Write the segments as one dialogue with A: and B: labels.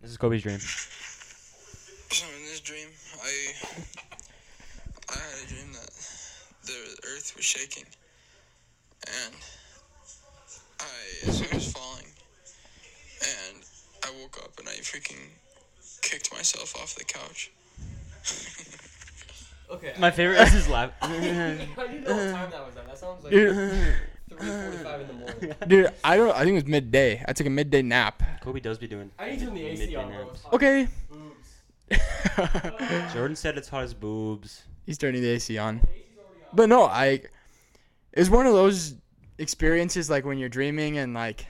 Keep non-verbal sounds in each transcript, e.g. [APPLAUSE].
A: This is Kobe's dream.
B: So in this dream, I I had a dream that the earth was shaking, and I [LAUGHS] as it was falling, and I woke up and I freaking kicked myself off the couch.
C: Okay.
A: My favorite is his laugh.
C: I didn't know
D: Uh-huh.
C: what time that was at. That sounds like
E: Dude,
C: 3:45 in the
D: [LAUGHS]
C: morning.
E: dude, I don't. I think it was midday. I took a midday nap.
A: Kobe does be doing.
C: I need to turn the AC on. Bro. It's hot.
E: Okay. [LAUGHS]
C: Oops.
A: Jordan said it's hot as boobs.
E: He's turning the AC on. But no, I. It was one of those experiences like when you're dreaming and like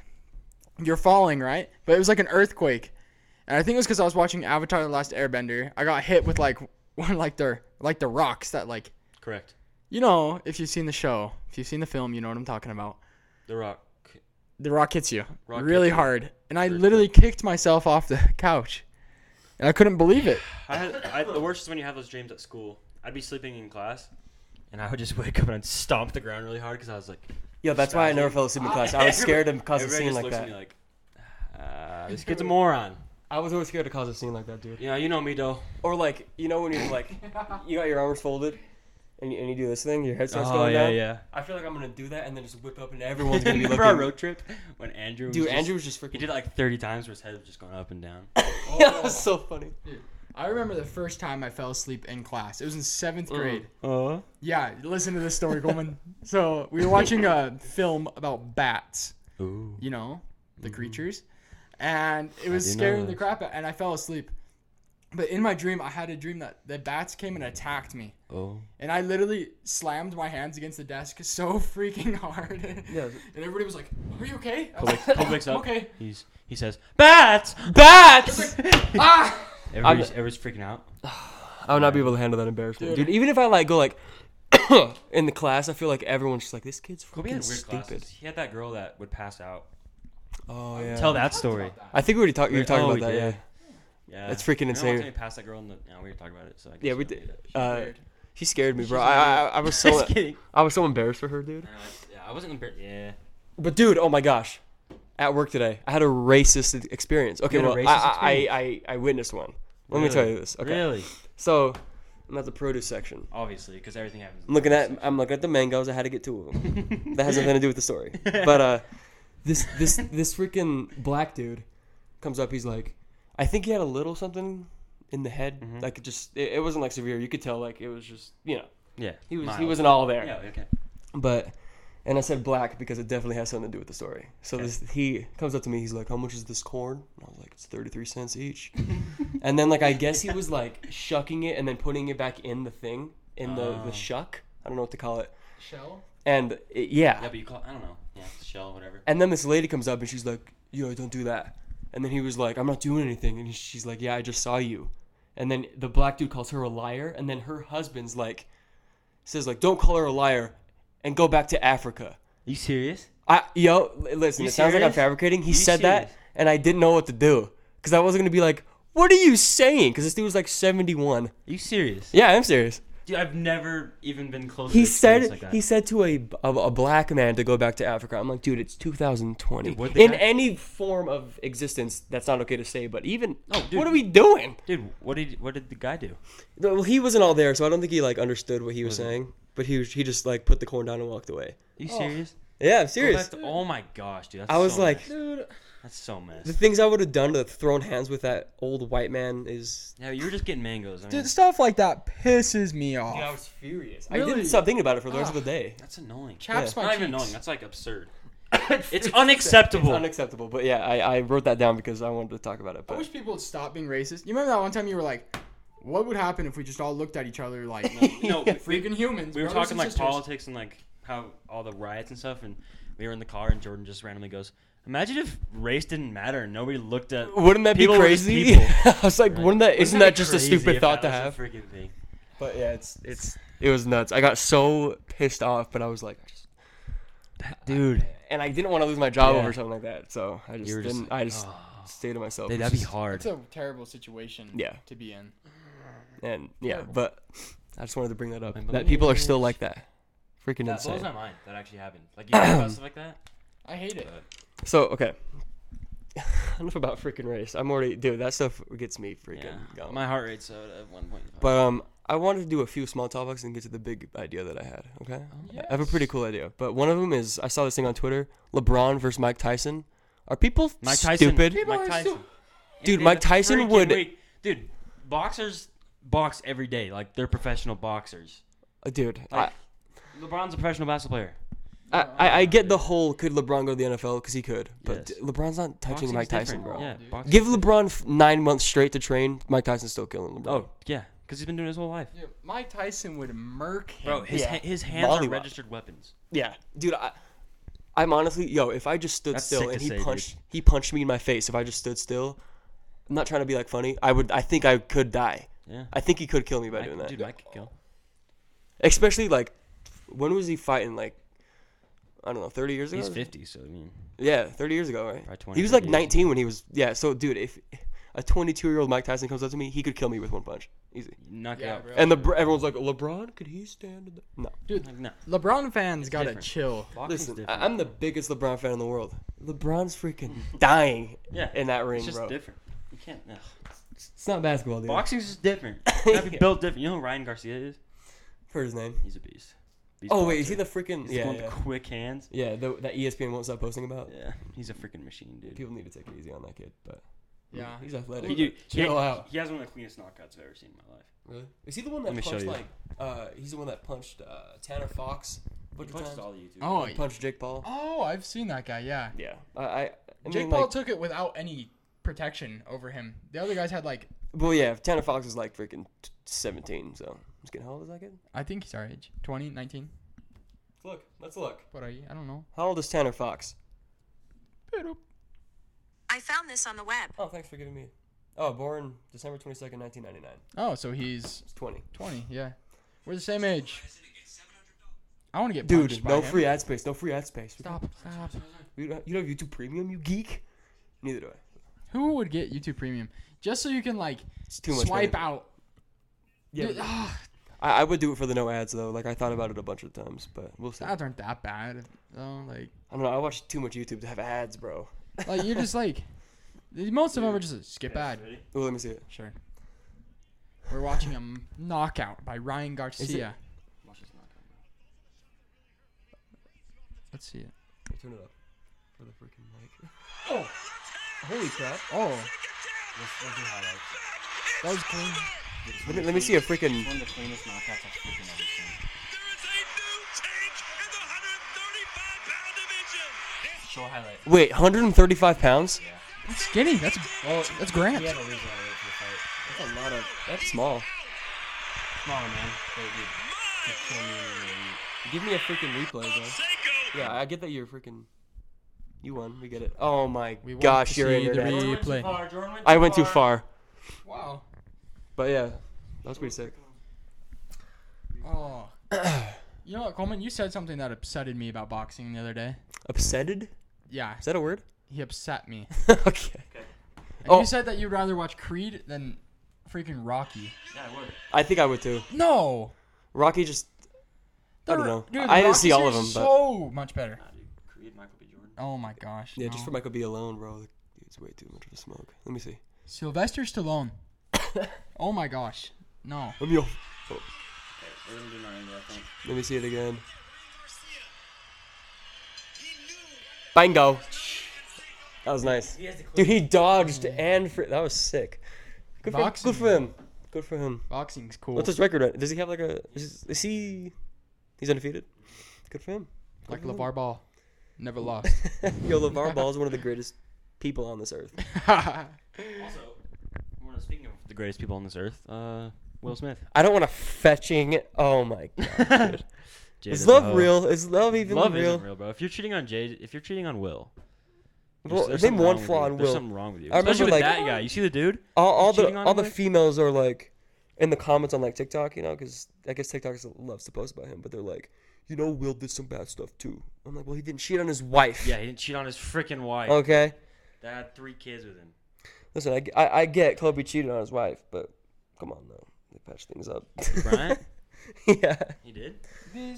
E: you're falling, right? But it was like an earthquake, and I think it was because I was watching Avatar: The Last Airbender. I got hit with like [LAUGHS] one like the like the rocks that like
A: Correct.
E: you know if you've seen the show, if you've seen the film, you know what I'm talking about.
A: The Rock.
E: the rock hits you
A: Rock
E: really
A: hits you.
E: hard, and I
A: Very
E: literally kicked myself off the [LAUGHS] couch, and I couldn't believe it.
A: I had I, the worst is when you have those dreams at school. I'd be sleeping in class, and I would just wake up and I'd stomp the ground really hard because I was like,
D: Yo, that's why I never fell asleep in class. I was scared of causing a
A: everybody
D: scene
A: just
D: like
A: looks at
D: that.
A: me like, uh, this kid's a moron.
D: I was always scared to cause a scene like that, dude.
A: Yeah, you know me though.
D: Or like, you know when you're
C: [LAUGHS]
D: like, you got your arms folded, and you, and you do this thing, your head starts
A: Oh
D: going
A: yeah,
D: down.
A: yeah.
D: I feel like I'm gonna do that and then just whip [LAUGHS] up and everyone's gonna
A: [LAUGHS]
D: be
A: Remember our
D: looking.
A: road trip when Andrew? Was
D: Dude,
A: just-
D: Andrew was just
A: He
D: freaking.
A: did it like 30 times where his head was just going up and down.
C: Oh.
D: Yeah, [LAUGHS] that was so funny.
E: I remember the first time I fell asleep in class. It was in seventh grade.
A: Oh.
E: Yeah, listen to this story, Coleman. So we were watching a film about bats.
A: Ooh.
E: you know, the creatures. And it was
A: Mm-hmm. do know
E: scaring the
A: this.
E: crap out and I fell asleep. But in my dream I had a dream that the bats came and attacked me.
A: Oh.
E: And I literally slammed my hands against the desk so [LAUGHS] freaking hard.
D: Yeah.
E: and everybody was like, Are you okay? I was [LAUGHS]
A: Kobe, [LAUGHS]
E: like,
A: Kobe wakes
E: "I'm
A: up.
E: Okay.
A: He's he says bats bats. [LAUGHS]
E: Ah
A: everybody's, everybody's freaking out.
D: I would not be able to handle that embarrassment,
E: Dude.
D: dude. Even if I like go like [COUGHS] in the class, I feel like everyone's just like, this kid's
A: Kobe
D: fucking
A: had weird
D: stupid.
A: classes. He had that girl that would pass out.
D: Oh yeah.
A: Tell that story.
D: I think we already talked. You were talking
A: Oh,
D: about that,
A: we
D: yeah.
A: did. Yeah.
D: That's freaking
A: I remember one
D: insane.
A: time he passed that girl in the. Yeah, we were talking about it. So I guess
D: Yeah, we
A: you don't
D: did.
A: need it.
D: Uh,
E: weird.
D: she scared me, bro. I, I I was so
A: [LAUGHS]
D: uh,
A: Just kidding.
D: I was so embarrassed for her, dude.
A: No, it's- yeah, I wasn't embarrassed. Yeah.
D: But dude, oh my gosh, at work today, I had a racist experience. Okay,
A: had a
D: well, I,
A: racist
D: I, I I I witnessed one. Let me
A: Really?
D: tell you this. Okay,
A: Really?
D: so I'm at the produce section.
A: Obviously, because everything happens.
D: I'm looking at I'm looking at the mangoes. I had to get two
A: [LAUGHS]
D: of them. that has nothing to do with the story. But uh, this this this freaking black dude comes up. He's like, I think he had a little something in the head.
A: Mm-hmm.
D: Like it just it, it wasn't like severe. You could tell like it was just you know
A: Yeah.
D: he was he
A: Mild.
D: wasn't all there.
A: Yeah. Okay.
D: But and I said black because it definitely has something to do with the story. So this he comes up to me, he's like, How much is this corn? And I was like, It's thirty three cents each. [LAUGHS] and then like I guess he was like shucking it and then putting it back in the thing, in the,
A: Oh.
D: the shuck. I don't know what to call it.
E: Shell?
D: And it, yeah.
A: Yeah, but you call. I don't know. Yeah, shell, whatever.
D: And then this lady comes up and she's like, Yo, don't do that. And then he was like, I'm not doing anything. And she's like, Yeah, I just saw you. And then the black dude calls her a liar. And then her husband's like, says like, Don't call her a liar, and go back to Africa.
A: you serious?
D: I yo, li- listen.
A: You
D: it sounds like I'm
A: serious?
D: fabricating. He
A: You
D: said that,
A: serious?
D: and I didn't know what to do because I wasn't gonna be like, "What are you saying?" Because this dude was like 71.
A: you serious?
D: Yeah, I'm serious.
A: Dude, I've never even been close. to
D: He
A: an experience
D: said
A: like that.
D: he said to a, a a black man to go back to Africa. I'm like, dude, it's 2020.
A: Dude, what the
D: In
A: guy-
D: any form of existence, that's not okay to say. But even,
A: No, dude.
D: what are we doing?
A: Dude, what did what did the guy do?
D: No, Well, he wasn't all there, so I don't think he like understood what he was saying. But he was, he just like put the corn down and walked away.
A: you Oh, serious?
D: Yeah, I'm
A: Go
D: serious.
A: back to- oh my gosh, dude. That's
D: I was
A: so
D: like,
A: messed.
D: dude,
A: that's so
D: the
A: messed.
D: things I would have done to have thrown hands with that old white man is
A: Yeah, you were just getting mangoes. I mean,
E: Dude, stuff like that pisses me off.
D: Dude, I was furious. I
E: Really?
D: didn't stop thinking about it for the rest of the
E: Ah.
D: day.
A: that's annoying.
E: Chaps
A: Not
E: my
A: even
E: cheeks.
A: annoying. That's like [COUGHS] absurd. it's unacceptable.
D: It's unacceptable, but yeah, I, I wrote that down because I wanted to talk about it.
E: I
D: But
E: wish people would stop being racist. You remember that one time you were like, What would happen if we just all looked at each
D: [LAUGHS]
E: other like
A: [LAUGHS] no, we,
E: freaking humans?
A: we were
E: brothers
A: talking
E: and
A: like
E: sisters?"
A: politics and like how all the riots and stuff, and we were in the car, and Jordan just randomly goes, "Imagine if race didn't matter and nobody looked at."
D: wouldn't that be
A: people were just
D: crazy?
A: people.
D: [LAUGHS] I was like, wouldn't that? Isn't that
A: be
D: just a
A: crazy
D: stupid
A: if
D: thought to
A: that
D: have?
A: was a freaking thing.
D: But yeah, it's it's it was nuts. I got so pissed off, but I was like, I just-
A: Dude, [SIGHS]
D: and I didn't want to lose my job
A: Yeah.
D: over something like that. So I just
A: were
D: didn't.
A: just ah.
D: I just stayed to myself.
A: dude
D: which
A: that'd be
D: is-
A: hard.
E: It's a terrible situation
D: Yeah.
E: to be in.
D: And yeah, but I just wanted to bring that up.
A: Remember
D: That
A: the
D: people are still like that. Freaking
A: That blows
D: insane. [COUGHS]
A: my mind. That actually happened. Like you hear about stuff like that.
E: I hate it.
D: So okay, [LAUGHS] enough about freaking race. I'm already dude. That stuff gets me freaking
A: Yeah.
D: going.
A: My heart rate's uh, at one point.
D: but um, I wanted to do a few small topics and get to the big idea that I had. Okay, I have a pretty cool idea. But one of them is I saw this thing on Twitter: LeBron versus Mike Tyson. Are people
A: Mike Tyson.
D: stupid?
A: Mike Tyson.
D: Dude,
A: And
D: Mike
A: the
D: Tyson
A: freaking
D: would-
A: week- Dude, boxers box every day. Like they're professional boxers.
D: Uh, Dude,
A: Like, LeBron's a professional basketball player.
D: I, I I get the whole could LeBron go to the NFL because he could, but
A: Yes.
D: d- LeBron's not touching
A: Boxing's
D: Mike Tyson,
A: different.
D: bro.
A: Yeah, boxing.
D: Give LeBron f- nine months straight to train. Mike Tyson's still killing LeBron.
A: Oh yeah, because he's been doing it his whole life.
E: Dude, Mike Tyson would murk him.
A: Bro, his
D: Yeah.
A: ha- his hands
D: Mollywop.
A: are registered weapons.
D: yeah, dude. I, I'm honestly, yo, if I just stood
A: That's
D: still
A: sick
D: and
A: to
D: he
A: say, dude.
D: punched, he punched me in my face. If I just stood still, I'm not trying to be like funny. I would, I think I could die.
A: Yeah.
D: I think he could kill me by
A: Mike-
D: doing that.
A: Dude, Mike could kill.
D: Especially like, when was he fighting? Like, I don't know, 30 years ago.
A: He's fifty, so I mean,
D: Yeah, 30 years ago, right?
A: Probably 20,
D: he was like
A: 30 years
D: 19 when he was. Yeah, so dude, if a 22 year old Mike Tyson comes up to me, he could kill me with one punch, easy.
A: knock
E: Yeah,
A: out.
E: bro.
D: And the br- everyone's like, LeBron, could he stand? in the-" No,
A: Like, no,
E: LeBron fans gotta
A: different.
E: chill.
A: boxing's
D: listen,
A: different.
D: I- I'm the biggest LeBron fan in the world. LeBron's freaking dying
A: Yeah,
D: in that ring,
A: it's just
D: uh, bro.
A: different. You can't. ugh.
D: It's not basketball, dude.
A: Boxing's just
D: [LAUGHS]
A: different. You gotta be built different. You know who Ryan Garcia is?
D: For his name.
A: He's a beast. Beast
D: Oh wait, is he
A: boxer.
D: the freaking?
A: He's the
D: Yeah,
A: one with
D: yeah.
A: the quick hands.
D: yeah the, that E ESPN won't stop posting about.
A: Yeah, he's a freaking machine, dude.
D: People need to take it easy on that kid, but
E: Yeah.
D: he's athletic.
A: He, dude, he,
D: Chill out.
A: he has one of the cleanest knockouts I've ever seen in my life.
D: Really? Is he the one that
A: Let me show
D: punched
A: you.
D: like? Uh, he's the one that punched uh, Tanner Fox. a bunch
A: He
D: of
A: punches
D: times?
A: all YouTube.
E: Oh,
D: He punched Jake Paul.
E: oh, I've seen that guy. Yeah.
D: Yeah, I. I, I
E: Jake
D: mean,
E: Paul
D: like-
E: took it without any protection over him. The other guys had like,
D: well, yeah, Tanner Fox is like freaking t- seventeen, so he's getting how old is that kid?
E: I think he's our age, 20, 19.
D: Look, let's look.
E: What are you? I don't know.
D: How old is Tanner Fox?
F: I found this on the web.
D: Oh, thanks for giving me. Oh, born December twenty second, nineteen ninety nine.
E: Oh, so he's
D: He's twenty.
E: 20. Yeah. We're the same age. I want to get
D: Dude,
E: punched by
D: no
E: him.
D: free ad space. No free ad space. We
E: Stop. Stop.
D: don't- You don't, you don't have YouTube Premium, you geek. Neither do I.
E: Who would get YouTube Premium just so you can like
D: It's too much.
E: swipe
D: money.
E: out?
D: Yeah,
E: Dude,
D: but
E: ah,
D: I, I would do it for the no ads though. Like I thought about it a bunch of times, but we'll see.
E: the ads aren't that bad. Though. Like,
D: I don't know. I watch too much YouTube to have ads, bro.
E: like you're just like [LAUGHS] the- most of them are just a skip ad.
A: Ready?
D: Oh, let me see it.
E: Sure. We're watching a m- knockout by Ryan Garcia.
A: Watch this knockout.
E: Let's see it.
D: Here, Turn it up for the freaking mic. Oh, holy crap!
E: Oh,
A: Let's, let's do highlights.
E: that was clean.
A: It's
D: Let
A: one
D: me,
A: of the
D: let me see a
A: cleanest-
D: freaking.
A: One of the cleanest knockouts I've freaking ever seen.
G: There is a new change in the 135 pound division. This
A: Show a highlight.
D: Wait, 135 pounds?
E: That's skinny. That's oh, that's Grant.
A: He had a reason why I wait for the fight.
D: That's a lot of. That's small.
A: Come on, man. But dude, could kill me in a minute.
D: Give me a freaking replay, though.
G: Seiko
D: Yeah, I get that you're freaking. You won. We get it. Oh my
E: We want
D: gosh,
E: to
D: you're
E: see
D: in
E: the
D: there.
E: re-
A: Jordan
E: play.
A: went too far. Jordan went too
D: I went too
A: far.
D: far,
E: Wow.
D: but yeah, that was pretty sick. [COUGHS]
E: Oh. you know what, Coleman? You said something that upsetted me about boxing the other day.
D: Upsetted?
E: Yeah,
D: Is that a word? [LAUGHS]
E: he upset me.
D: okay.
E: And
D: Oh.
E: You said that you'd rather watch Creed than freaking Rocky.
A: Yeah, I would.
D: I think I would too.
E: No.
D: Rocky just. I don't
E: The-
D: know.
E: dude, the
D: I didn't
E: Rocky
D: see all of
E: series is
D: them,
E: So much better.
A: Nah, dude. Creed, Michael B. Jordan.
E: Oh my gosh.
D: Yeah, just for
E: no.
D: Michael B alone, bro. It's way too much of a smoke. Let me see.
E: Sylvester
D: [LAUGHS]
E: Stallone. oh my gosh. No.
D: Let me. off- Oh.
A: Okay, we're gonna do our angle, I think.
D: Let me see it again.
G: Garcia. He knew
D: Bango. That was nice.
A: He has the
D: Dude, he dodged and fr- that was sick. Good for,
E: Boxing,
D: good for him. Good for him.
E: Boxing's cool.
D: What's his record? At? Does he have like a? Is, is he? He's undefeated. Good for him.
E: like LeVar Ball. Never lost.
D: [LAUGHS]
E: [LAUGHS]
D: Yo, LeVar Ball is one of the greatest people on this earth.
A: Also, one of- speaking of the greatest people on this earth, uh, Will [LAUGHS] Smith.
D: I don't want to fetching. Oh my. God. Is love real? Is love even
A: Love
D: real?
A: isn't real, bro. If you're cheating on Jay, if you're cheating on Will,
D: Well,
A: there's
D: name
A: something
D: one
A: wrong with
D: flaw
A: you.
D: in
A: There's
D: Will.
A: something wrong with you.
D: I remember,
A: Especially with
D: like-
A: that guy. You see the dude?
D: All, all the
A: Cheating on
D: all
A: him
D: the
A: with?
D: females are like, in the comments on like TikTok, you know, because I guess TikTok is- loves to post about him, but they're like, you know, Will did some bad stuff too. I'm like, well, he didn't cheat on his wife.
A: Yeah, he didn't cheat on his freaking wife.
D: Okay.
A: That had three kids with him.
D: Listen, I, I, I get Kobe cheated on his wife, but come on, though. They patch things up. [LAUGHS]
A: Bryant?
D: yeah.
A: he did?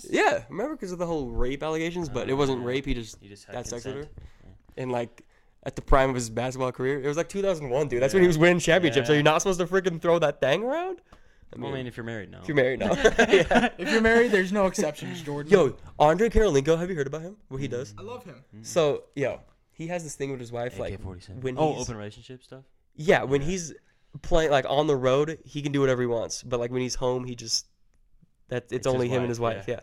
D: Yeah. Remember because of the whole rape allegations, but it wasn't rape. He just,
A: He just had
D: had sex with her.
A: consent.
D: And, like, at the prime of his basketball career. It was like 2001, dude. That's when he was winning championships.
A: Yeah.
D: Are you not supposed to freaking throw that thing around? I mean,
A: Well, I mean, if you're married, no.
D: you're
A: [LAUGHS]
D: married now. Yeah.
E: If you're married, there's no exceptions, Jordan.
D: Yo, Andre Karolinko, have you heard about him? What he does?
A: Mm-hmm.
H: I love him.
D: So, yo, he has this thing with his wife, like
A: AK-47.
D: when
A: oh,
D: he's,
A: open relationship stuff.
D: Yeah, when he's playing like on the road, he can do whatever he wants. But like when he's home, he just that it's,
A: It's his
D: only him
A: wife,
D: and his wife.
A: yeah.
D: Yeah.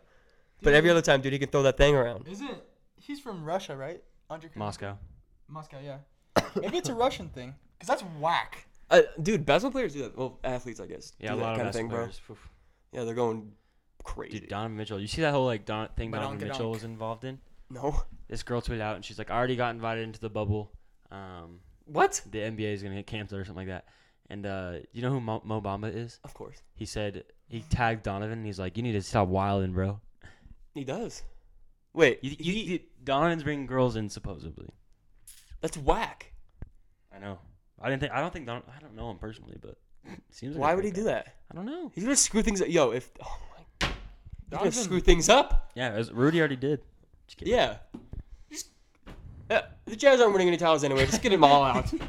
D: But every other time, dude, he can throw that thing
A: [COUGHS]
D: around.
H: Isn't he's from Russia, right? Andre Kir-
A: Moscow.
H: Moscow, yeah. Maybe it's a Russian thing, cause that's whack.
D: Uh, dude, basketball players do that. Well, athletes, I guess.
A: Yeah,
D: do
A: a
D: that
A: lot
D: kinda
A: of thing, players. Bro.
D: Yeah, they're going crazy.
A: Dude, Donovan Mitchell. You see that whole like Don thing Donovan
H: Badonk-a-donk.
A: Mitchell was involved in?
D: no.
A: This girl tweeted out and she's like, "I already got invited into the bubble. Um,
D: What?
A: the NBA is gonna get canceled or something like that." And uh, you know who Mo, Mo Bamba is?
D: Of course.
A: He said he tagged Donovan and he's like, "You need to stop wilding, bro."
D: He does. Wait,
A: You, you, you, Donovan's bringing girls in supposedly.
D: that's whack.
A: I know. I didn't think. I don't think. Don, I don't know him personally, but [LAUGHS] seems. Like
D: Why would he do that?
A: I don't know.
D: He's gonna screw things up. Yo, if oh my, he's gonna screw things up.
A: Yeah, it was, Rudy already did. Just kidding.
D: Yeah. Just- yeah. The Jazz aren't winning any titles anyway. Just get them all out. They're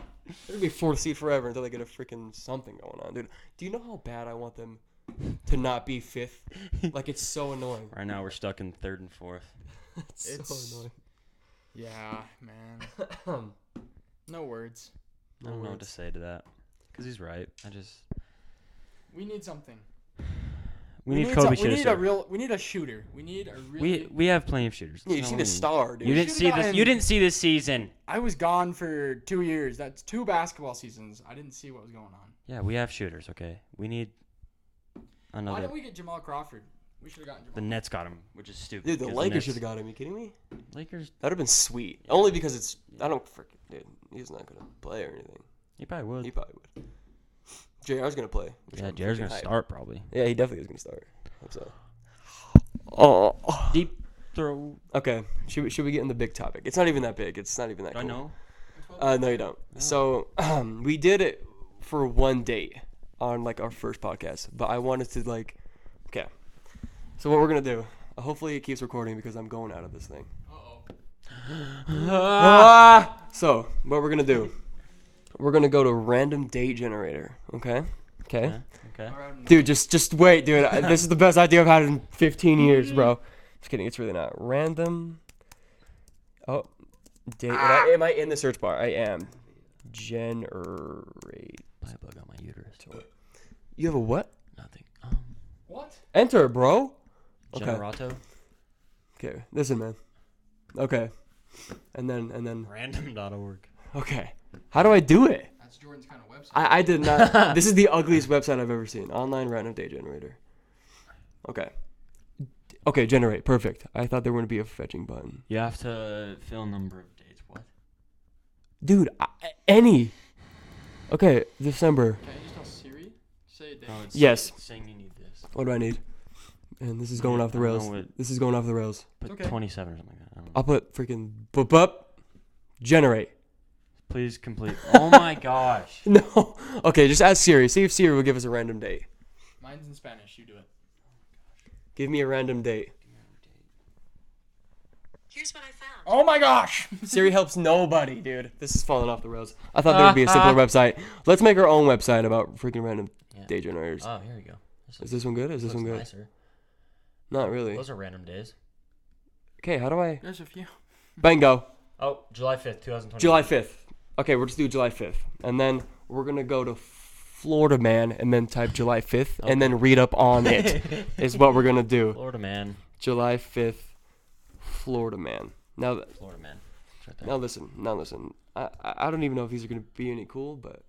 D: gonna be fourth seed forever until they get a freaking something going on, dude. Do you know how bad I want them to not be fifth? Like it's so annoying. [LAUGHS]
A: Right now we're stuck in third and fourth.
D: It's,
E: It's-
D: so
E: Yeah, man.
D: annoying.
E: No words.
A: I don't know what to
D: words.
A: say to that. Because he's right. I just.
E: We need something.
A: We, need,
E: some-
A: Kobe
E: We
A: shooters.
E: need a real. We need a shooter. We need a real.
A: We we have plenty of shooters.
D: yeah, you've
A: That's
D: seen
A: all we need.
D: a star, dude.
A: You didn't
E: should've
A: see this. You
E: gotten-
A: didn't see this season.
E: I was gone for two years. That's two basketball seasons. I didn't see what was going on.
A: Yeah, we have shooters. Okay, we need
E: Why
A: another.
E: didn't we get Jamal Crawford? We should have gotten
A: The
E: Jamal.
A: Nets got him, which is stupid.
D: Dude, the
A: 'cause
D: Lakers
A: Nets-
D: should have got him. you kidding me?
A: Lakers.
D: That'd have been sweet. Only because it's I don't freaking dude. He's not gonna play or anything.
A: He probably would.
D: He probably would. JR's gonna play. which
A: yeah,
D: I'm
A: Jared's
D: freaking
A: gonna
D: hyped.
A: start probably.
D: Yeah, he definitely is gonna start. Hope so. Oh.
A: Deep throw.
D: Okay. Should we, should we get in the big topic? It's not even that big. It's not even that.
A: I
D: cool.
A: know.
D: Uh, no, you don't. So [CLEARS THROAT] um, we did it for one date on like our first podcast, but I wanted to like, okay. So what we're gonna do? uh, Hopefully it keeps recording because I'm going out of this thing. [LAUGHS] Ah! So what we're gonna do? We're gonna go to random date generator. Okay. Okay.
A: Okay.
D: Dude, just just wait, [LAUGHS] dude. I- this is the best idea I've had in 15 years, bro. Just kidding. It's really not. Random. Oh, date. Am, I, am I in the search bar? I am. Generate.
A: Buy a bug on my uterus.
D: You have a what?
A: Nothing. Um,
D: Enter, bro. Okay.
A: Generato.
D: Okay. Listen, man. Okay. And then and then.
A: Random.org.
D: Okay. How do I do it?
E: That's Jordan's kind of website.
D: I, I did [LAUGHS] not. this is the ugliest website I've ever seen. Online random date generator. Okay. Okay, generate. Perfect. I thought there wouldn't be a fetching button.
A: You have to fill number of dates. What?
D: Dude, I, any. Okay, December.
E: Can I just tell Siri? Say it.
A: No, Oh, it's
D: Yes.
A: it's saying you need this.
D: What do I need? And this is going off the
A: I don't know
D: rails.
A: what-
D: This is going off the rails.
A: Put 27 or something like that. I don't know.
D: I'll put freaking bup up. Generate. [LAUGHS]
A: Please complete. Oh my gosh.
D: No. Okay, just ask Siri. See if Siri will give us a random date.
E: Mine's in Spanish. You do it.
D: Give me a random date.
F: Here's what I found.
E: Oh my gosh! [LAUGHS]
D: Siri helps nobody, dude. This is falling off the rails. I thought there would be a
E: Uh-huh.
D: simpler website. Let's make our own website about freaking random
A: Yeah.
D: date generators.
A: Oh, here we go. This
D: is this one good? Is this
A: looks
D: one good?
A: nicer.
D: Not really.
A: Those are random days.
D: Okay, how do I?
E: There's a few.
D: Bango.
A: Oh, July 5th, 2020.
D: July 5th. Okay, we'll just do July 5th. And then we're going to go to Florida Man and then type July 5th and then read up
A: [LAUGHS]
D: on it is what we're going to do.
A: Florida man.
D: July 5th, Florida Man. Now, th-
A: Florida man. It's right there.
D: now listen, now listen. I, I I don't even know if these are going to be any cool, but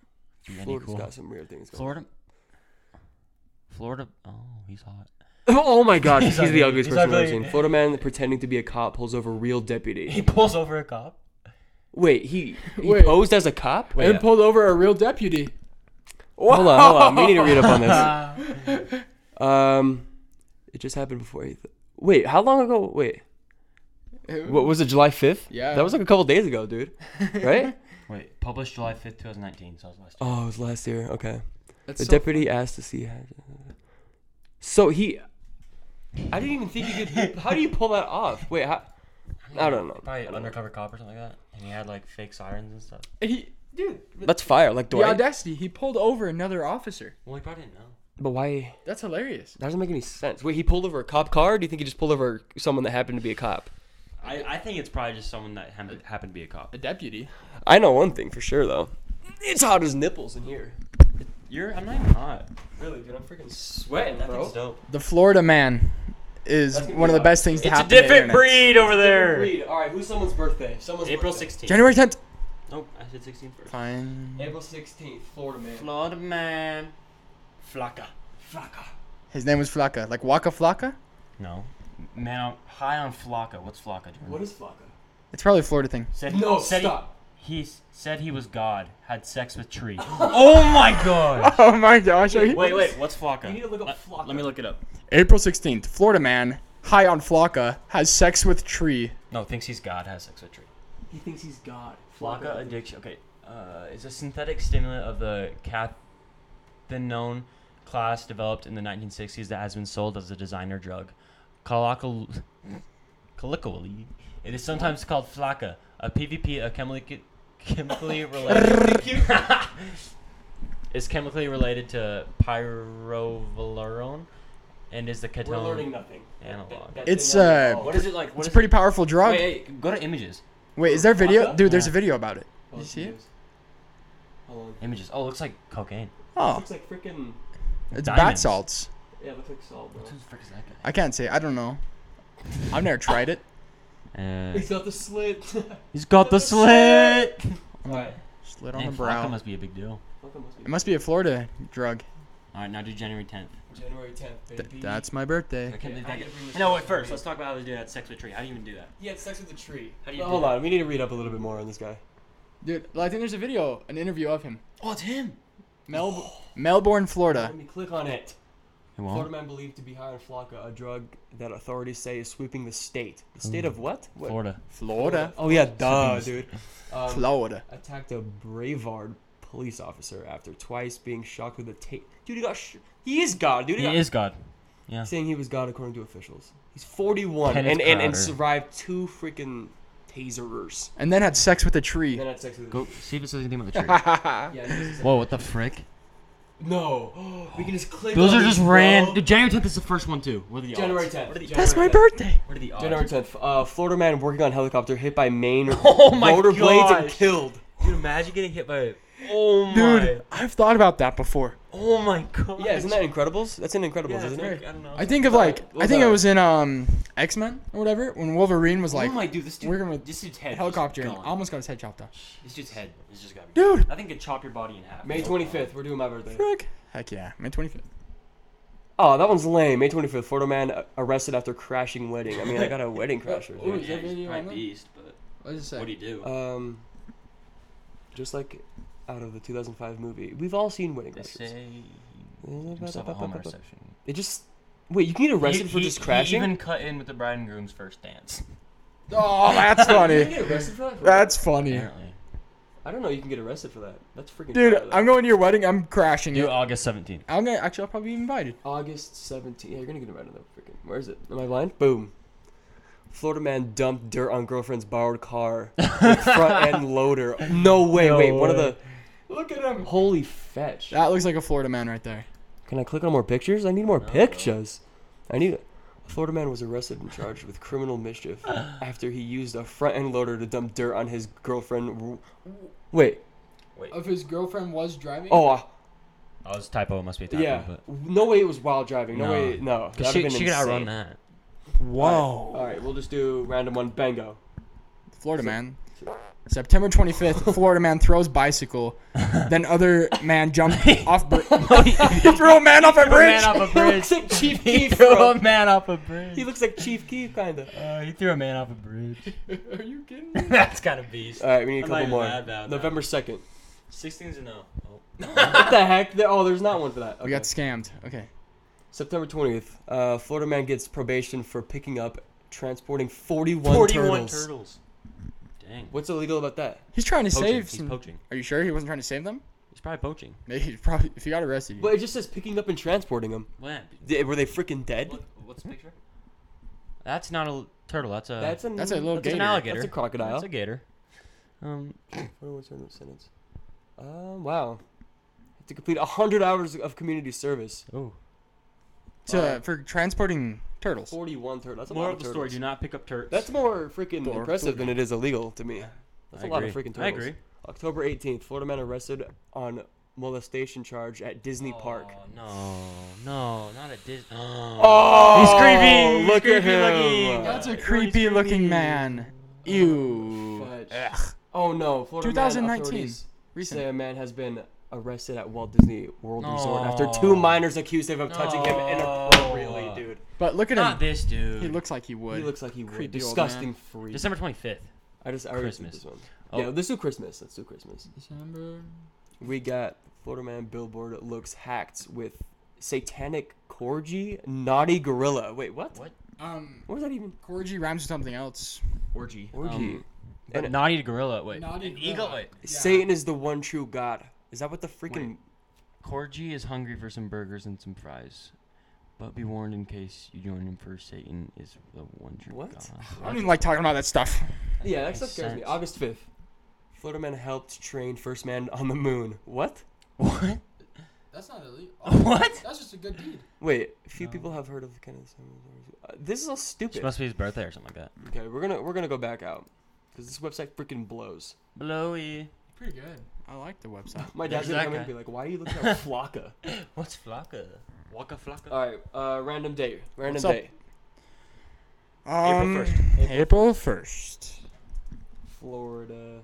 A: Any
D: Florida's
A: cool-
D: got some weird things going
A: Florida. Florida. Oh, he's hot.
D: [LAUGHS] Oh my gosh, he's,
A: ugly.
D: the
A: [LAUGHS]
D: ugliest
A: He's
D: person I've
A: ugly.
D: seen. Florida man pretending to be a cop pulls over a real
A: [LAUGHS]
D: deputy.
A: pulls over a cop.
D: Wait, he, he
E: Wait.
D: posed as a cop? Wait,
E: And pulled over a real deputy.
D: hold on, hold on. We need to read up on this.
E: [LAUGHS]
D: um, it just happened before. Eighth. Wait, how long ago? Wait, what was it? July fifth?
E: Yeah.
D: that was like a couple days ago,
E: [LAUGHS]
D: dude. Right?
A: Wait, published July 5th, 2019. So I was last year.
D: oh, it was last year. Okay.
E: That's
D: The
E: so-
D: deputy asked to see. So he. I didn't even think he could. How do you pull that off? Wait, how? I don't know.
A: Probably undercover cop or something like that. And he had like fake sirens and stuff.
E: And he,
C: Dude,
D: That's fire. Like,
E: the
D: Dwight.
E: audacity, he pulled over another officer.
A: Well, he probably didn't know.
D: but why?
E: That's hilarious.
D: That doesn't make any sense. Wait, he pulled over a cop car? Or do you think he just pulled over someone that happened to be a cop?
A: I, I think it's probably just someone that ha- happened to be a cop.
E: A deputy.
D: I know one thing for sure though. It's hot as nipples in here.
A: You're I'm not even hot.
D: Really, dude, I'm freaking sweating, bro.
A: dope.
E: The Florida man is
D: gonna
E: one
D: be
E: of the
D: hot.
E: best things to
A: It's a
E: happen. to the
A: different
E: internet.
A: breed over there.
D: Read. All right, who's someone's birthday? Someone's
A: April
D: birthday.
A: 16th.
E: January 10th.
A: Nope, I said 16th first.
E: Fine.
D: April 16th, Florida man.
A: Florida man. Flacca. Hmm.
E: His name was Flacca. Like Waka Flocka?
A: No. Man, I'm high on Flacca. What's Flacca doing?
D: What is Flocka?
E: It's probably a Florida thing.
A: Said
D: No,
A: said
D: stop.
A: He, he s- said he was God. Had sex with tree. [LAUGHS] oh my [LAUGHS] god.
E: [LAUGHS] Oh my gosh. are you-
A: Wait, wait. What's Flacca?
D: You need to look up
A: Let-
D: Flocka.
A: Let me look it up.
E: April 16th. Florida man, high on Flocka, has sex with tree.
A: No, thinks he's God. Has sex with tree.
D: He thinks he's God.
A: Flocka addiction. Okay, uh, is a synthetic stimulant of the cathinone class developed in the 1960s that has been sold as a designer drug. Colocol- Colloquially, it is sometimes called flocka, a PVP, a chemically [LAUGHS] chemically related. is chemically related to pyrovalerone, and is the ketone.
D: We're learning nothing.
A: Analog.
D: That- that
E: It's,
D: thing that we-
E: uh,
D: oh,
A: What is it like? What
E: It's
A: is
E: a pretty powerful drug.
A: Wait, hey, go to images.
E: Wait, is there video?
D: Flocka?
E: Dude, there's a
A: Yeah.
E: video about it.
D: oh,
E: you see it?
D: Jesus. Hold on.
A: Images. Oh, it looks like cocaine.
E: Oh,
D: Looks like freaking.
E: it's bat
A: diamonds.
E: salts.
D: Yeah, it looks like salt, bro.
A: What the frick is that guy?
E: I can't say. I don't know. I've never tried it.
A: Uh,
D: He's got the slit. [LAUGHS] Flocka
A: he's got the slit.
E: Slit on the brow.
A: must be a big deal.
D: must be
E: It must be a Florida drug.
A: All right, now do January 10th.
D: January 10th,
E: Th-
D: baby.
E: that's my birthday.
A: I can't believe
D: I
A: that.
D: gotta bring this
A: No,
D: up.
A: wait. First, let's talk about how this dude had sex with a tree. How do you even do that?
D: He had sex with a tree.
A: How do you?
D: But
A: do
D: hold
A: that?
D: on, we need to read up a little bit more on this guy.
E: Dude, well, I think there's a video, an interview of him.
A: Oh, it's him. [SIGHS]
E: Mel- Melbourne,
A: Uh.
E: Florida.
D: Let me click on it.
A: It
D: Florida man believed to be high on Flocka, a drug that authorities say is sweeping the state. The state of what? What?
A: Hmm. Florida.
E: Florida.
D: Oh yeah, duh, dude. Um,
E: Florida.
D: attacked a Brevard police officer after twice being shocked with a tape. Dude, he got. Sh- he is God, dude. He,
A: He
D: got-
A: is God.
D: [LAUGHS] saying he was God according to officials. He's 41
A: Kenneth
D: and, and, and
A: Crowder.
D: survived two freaking tasers.
E: And then had sex with a tree.
D: Then had sex with
A: Go Oh, see if it says anything about
D: [LAUGHS]
A: the tree.
D: Yeah,
A: [GASPS]
D: he was-
A: Whoa, what the frick?
D: [GASPS] no, [GASPS] we can just click.
A: Those
D: on
A: are
D: these,
A: just ran.
D: bro.
A: Dude, January 10th is the first one too. What are the odds?
D: January 10th.
A: What are the,
D: January
E: That's my
D: 10th.
E: birthday.
A: what are the odds?
D: January 10th. Uh, Florida man working on helicopter hit by
A: [LAUGHS]
D: Maine
A: Oh my
D: rollerblades and
A: gosh.
D: killed.
A: Dude, imagine getting hit by it. Oh my.
E: Dude, I've thought about that before.
A: Oh my god.
D: Yeah, isn't that Incredibles? That's in Incredibles, isn't it?
A: I don't know.
E: I think of like, I
D: What
E: think
D: about
E: it
D: it?
E: was in um X Men or whatever when Wolverine was like
A: oh my dude, this dude.
E: we're gonna-
A: this dude's head.
E: helicopter and
A: Just gone.
E: almost got his head chopped off.
A: This dude's head is just got.
E: Dude.
A: I think it chop your body in half.
D: May 25th, we're doing my birthday.
E: Frick. Heck yeah, May 25th.
D: [LAUGHS] Oh, that one's lame. May 25th, Florida man uh, arrested after crashing wedding. I mean, I got
A: [LAUGHS]
D: a wedding crasher.
E: Ooh,
D: dude.
E: is that
A: he's
E: video
A: probably
E: on there?
A: beast, but
E: What did it say?
A: what do you do?
D: Um, just like out of the 2005 movie, we've all seen wedding
A: They
D: crashers. [LAUGHS]
A: say himself a home interception.
D: It just wait. You can get arrested for just crashing.
A: He even cut in with the bride and groom's first dance.
E: Oh, [LAUGHS] that's funny.
D: arrested for that?
E: That's funny.
A: Apparently,
D: I don't know. You can get arrested for that. That's freaking.
E: Dude,
D: fire, though.
E: I'm going to your wedding. I'm crashing
A: due
E: it.
A: August seventeenth.
E: I'm gonna actually. I'll probably be invited.
D: August 17th. Yeah, you're gonna get arrested though. Freaking. Where is it? Am I blind? Boom. Florida man dumped dirt on girlfriend's
A: [LAUGHS]
D: borrowed car. with front end loader. No way. wait. One of the.
H: Look at him.
D: Holy fetch.
E: That looks like a Florida man right there.
D: Can I click on more pictures? I need more pictures. I need. A Florida man was arrested and charged with
A: [LAUGHS]
D: criminal mischief after he used a front end loader to dump dirt on his girlfriend. Wait.
E: If his girlfriend was driving.
D: Oh, uh,
A: I was typo. It must be a typo.
D: yeah.
A: but
D: No way it was while driving. No,
A: No.
D: way. No.
A: because
D: That'd
A: she,
D: have been
A: she could outrun
D: insane. [LAUGHS]
A: that.
E: whoa!
D: All right, we'll just do random one. Bango.
E: Florida man.
A: [LAUGHS]
E: September 25th, Florida man throws bicycle. then other man
A: [LAUGHS]
E: jumped off. Br-
A: Oh,
E: [LAUGHS] he threw a man off a bridge.
A: Man off
D: [LAUGHS]
A: a bridge.
D: Looks like Chief
A: he
D: Keef.
A: [LAUGHS] threw
D: bro.
A: a man off a bridge.
D: He looks like Chief Keef, kinda.
A: Uh, he threw a man off a
D: [LAUGHS]
A: bridge. [LAUGHS]
E: Are you kidding? me?
A: That's got a beast.
D: All right, we need a
A: I'm not
D: couple
A: even
D: more.
A: mad about that.
D: November second.
A: Sixteen's a no. Oh.
D: what the heck? There- oh, there's not one for that.
E: We
D: Okay.
E: got scammed. Okay.
D: September twentieth. Uh, Florida man gets probation for picking up transporting forty-one, turtles.
A: Dang.
D: What's illegal about that?
E: He's trying to
A: Poaching.
E: save.
A: He's
E: some-
A: poaching.
E: Are you sure he wasn't trying to save them?
A: He's probably poaching.
E: Maybe he probably. If he got arrested, you-
D: But it just says picking up and transporting them.
A: What?
D: They- were they freaking dead?
A: What's the picture? That's not a turtle. That's a
D: That's, an,
E: That's a little
D: that's
A: it's an
E: gator.
A: alligator.
D: That's a crocodile.
A: That's a gator. Um,
D: What do I turn that sentence? Um, wow. To complete 100 hours of community service.
A: oh. uh,
E: to, uh, for transporting turtles.
D: 41 turtles. That's a
A: Moral
D: lot
A: of
D: of
A: the story:
D: turtles.
A: Do not pick up turtles.
D: That's more freaking
E: Door.
D: impressive than it is illegal to me. That's a
A: I
D: lot of
A: agree.
D: freaking turtles.
A: I agree.
D: October 18th, Florida man arrested on molestation charge at Disney Park.
A: Oh, no, no, not at Disney.
D: Oh,
A: He's creepy. He's
D: Look at
A: creepy
D: him.
A: looking.
E: That's a
A: Everybody's
E: creepy looking
A: creepy.
E: man.
A: Oh,
E: Ew.
D: Fudge. Oh no, Florida
E: 2019.
D: 2019. Man
E: Recent.
D: say a man has been arrested at Walt Disney World Resort after two
A: No.
D: minors accused him of touching him
A: No.
D: inappropriately, dude.
E: But look at
A: Not
E: him.
A: this dude.
E: He looks like he would.
D: He looks like he would.
E: Creepy old
D: Disgusting
E: man.
D: freak.
A: December twenty fifth.
D: I just I already did
A: Christmas.
D: this one.
A: Oh.
D: Yeah, let's do Christmas. Let's do Christmas.
H: December.
D: We got Florida man billboard looks hacked with satanic corgi naughty gorilla. Wait, what?
A: What?
E: um,
D: What was that even?
E: Corgi rhymes with something else.
A: Orgy.
D: Orgy.
A: Um,
D: and
A: but naughty gorilla. Wait.
H: Naughty
A: An eagle.
H: gorilla.
A: Wait.
D: Satan is the one true God. Is that what the freaking?
A: Corgi is hungry for some burgers and some fries, but be warned in case you join him for Satan is the one true
D: What?
A: God.
E: I don't even like talking about that stuff.
D: Yeah, that
A: makes
D: stuff scares me.
A: sense.
D: August fifth. Florida man helped train first man on the moon. What?
A: What?
H: That's not illegal.
A: [LAUGHS] What?
H: That's just a good deed.
D: Wait, a few people have heard of kind of. Uh, this is all stupid.
A: This must be his birthday or something like that.
D: Okay, we're gonna we're gonna go back out because this website freaking blows.
A: Blowy.
H: Pretty good.
E: I like the website.
D: My dad's gonna
A: that
D: come in
A: guy.
D: and be like, "Why are
A: [LAUGHS]
D: you looking at Flocka?"
A: What's flocka? Waka flocka.
D: all right, uh, random date. Random
E: What's up?
D: date.
E: Um,
D: April 1st.
E: April 1st.
D: Florida.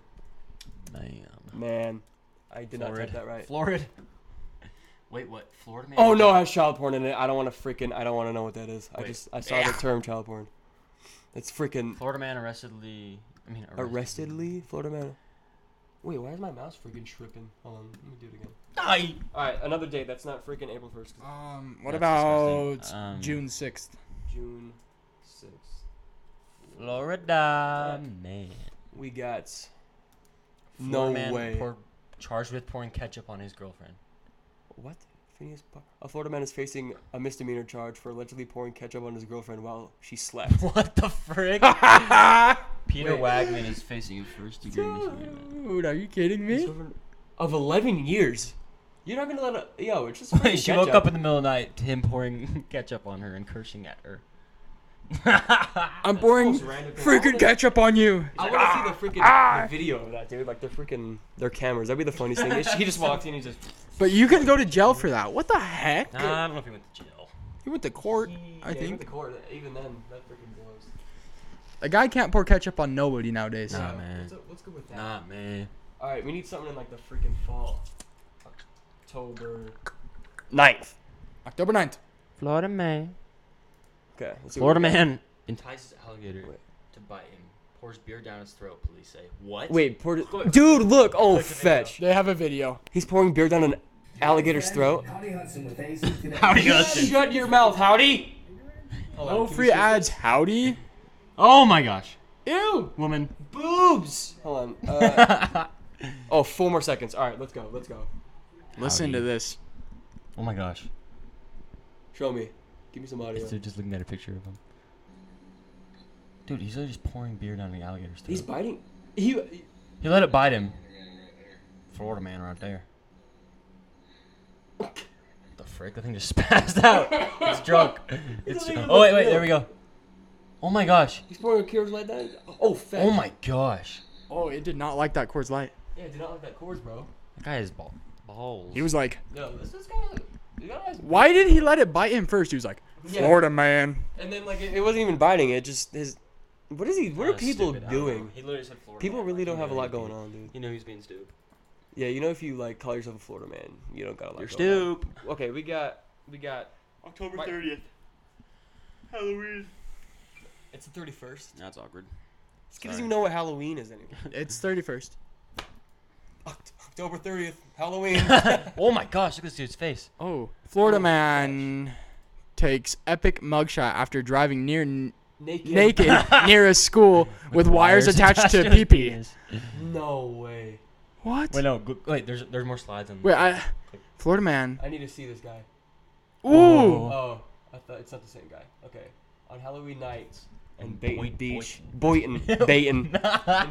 A: Man.
D: Man, I did not
A: Florid.
D: type that right.
A: Florida. Wait, what? Florida man?
D: Oh no, it has child porn in it. I don't want to freaking. I don't want to know what that is. I
A: Wait.
D: just I saw the term child porn. It's freaking
A: Florida man arrested Lee. I mean, arrested.
D: arrestedly Florida man. Wait, why is my mouse freaking tripping? Hold on, let me do it again.
A: Die.
D: All right, another date. That's not freaking April first.
E: Um, what
A: That's
E: about
A: disgusting. Um,
E: June 6th?
D: June sixth.
A: Florida man.
D: We got.
A: Florida
D: No
A: man
D: way.
A: pour- charged with pouring ketchup on his girlfriend. [LAUGHS]
D: What? Phineas Park. A Florida man is facing a misdemeanor charge for allegedly pouring ketchup on his girlfriend while she slept.
A: What the frick? Peter Wagman is facing a first degree misdemeanor.
E: Dude, are you kidding
D: His
E: me?
D: girlfriend- Of 11 years. You're not gonna let a. Yo, it's just.
A: Wait,
D: freaking
A: she woke
D: ketchup.
A: up in the middle of the night to him pouring [LAUGHS] ketchup on her and cursing at her. [LAUGHS]
E: I'm pouring
D: most random thing. I
E: freaking
D: wanna-
E: ketchup on you.
D: I wanna see the freaking the video of that, dude. Like, the freaking. Their cameras. That'd be the funniest thing. He just walked in and just.
E: But you can go to jail for that. What the heck?
A: Nah, I don't know if he went to jail.
E: You went to court, I
D: Yeah, he went
E: think.
D: to court. Even then, that freaking blows.
E: A guy can't pour ketchup on nobody nowadays.
A: Nah,
D: So,
A: man.
D: What's, up, what's good with that?
A: Nah, man.
D: Alright, we need something in, like, the freaking fall. October.
E: Ninth. October 9th.
A: Florida man.
D: Okay. let's see what
A: Florida
D: we got.
A: man entices alligator
D: Wait.
A: to bite him. Pours beer down his throat. Police say what?
D: Wait, pour dude, look! Oh, fetch.
E: They have a video.
D: He's pouring beer down an alligator's throat.
A: How do you
D: Shut your mouth, Howdy!
E: No free ads. Howdy.
A: Oh my gosh.
D: Ew!
A: Woman. [LAUGHS]
D: Boobs! Hold on. Uh, oh, four more seconds. All right, let's go. Let's go.
E: Listen to this.
A: Oh my gosh.
D: Show me. Give me some audio.
A: This dude just looking at a picture of him. Dude, he's literally just pouring beer down the alligator's throat.
D: He's biting. He.
A: He let it bite him. Florida man right there. The frick? The thing just [LAUGHS] spazzed out. It's
D: [LAUGHS]
A: drunk. It's
D: even
A: Oh wait,
D: look
A: wait,
D: real.
A: there we go. Oh my gosh.
D: He's pouring a Coors Light down. Oh, fetch.
A: Oh my gosh.
E: Oh, it did not like that Coors Light.
D: Yeah, I did not like that Coors, bro.
A: That guy is ball. Balls.
E: He was like,
D: No, this is kind of.
E: why did he let it bite him first? He was like,
D: Yeah.
E: Florida man.
D: And then like it, it wasn't even biting. It just his. What is he? What are
A: Kinda
D: people
A: stupid, I don't know.
D: doing?
A: He literally said Florida
D: People
A: man,
D: really
A: like,
D: don't
A: he
D: have a
A: knew
D: lot
A: he'd
D: going
A: be-
D: on, dude.
A: You know he's being stupid.
D: Yeah, you know if you like call yourself a Florida man, you don't got a lot.
A: You're
D: going on.
A: stupid.
D: Okay, we got we got.
G: October
D: Right.
G: 30th. Halloween.
D: It's the thirty first.
A: That's awkward.
D: This kid doesn't
A: Sorry.
D: even know what Halloween is anymore.
E: It's 31st.
D: [LAUGHS] Oct- October thirtieth, Halloween.
A: Oh my gosh, look at this dude's face.
E: Oh, Florida man takes epic mugshot after driving near n-
D: [LAUGHS] Naked.
E: naked [LAUGHS] near a school with, wires, attached, to
A: his
E: pee pee.
A: penis.
D: [LAUGHS] No way.
E: What?
A: Wait, no, go- wait, there's there's more slides on
E: Wait, I. Florida man.
D: I need to see this guy.
E: Ooh.
A: Oh.
D: Oh, I thought it's not the same guy. Okay. on Halloween night in
A: In
D: Boynton
A: Boy-
D: Beach. Boynton. [LAUGHS] Dayton.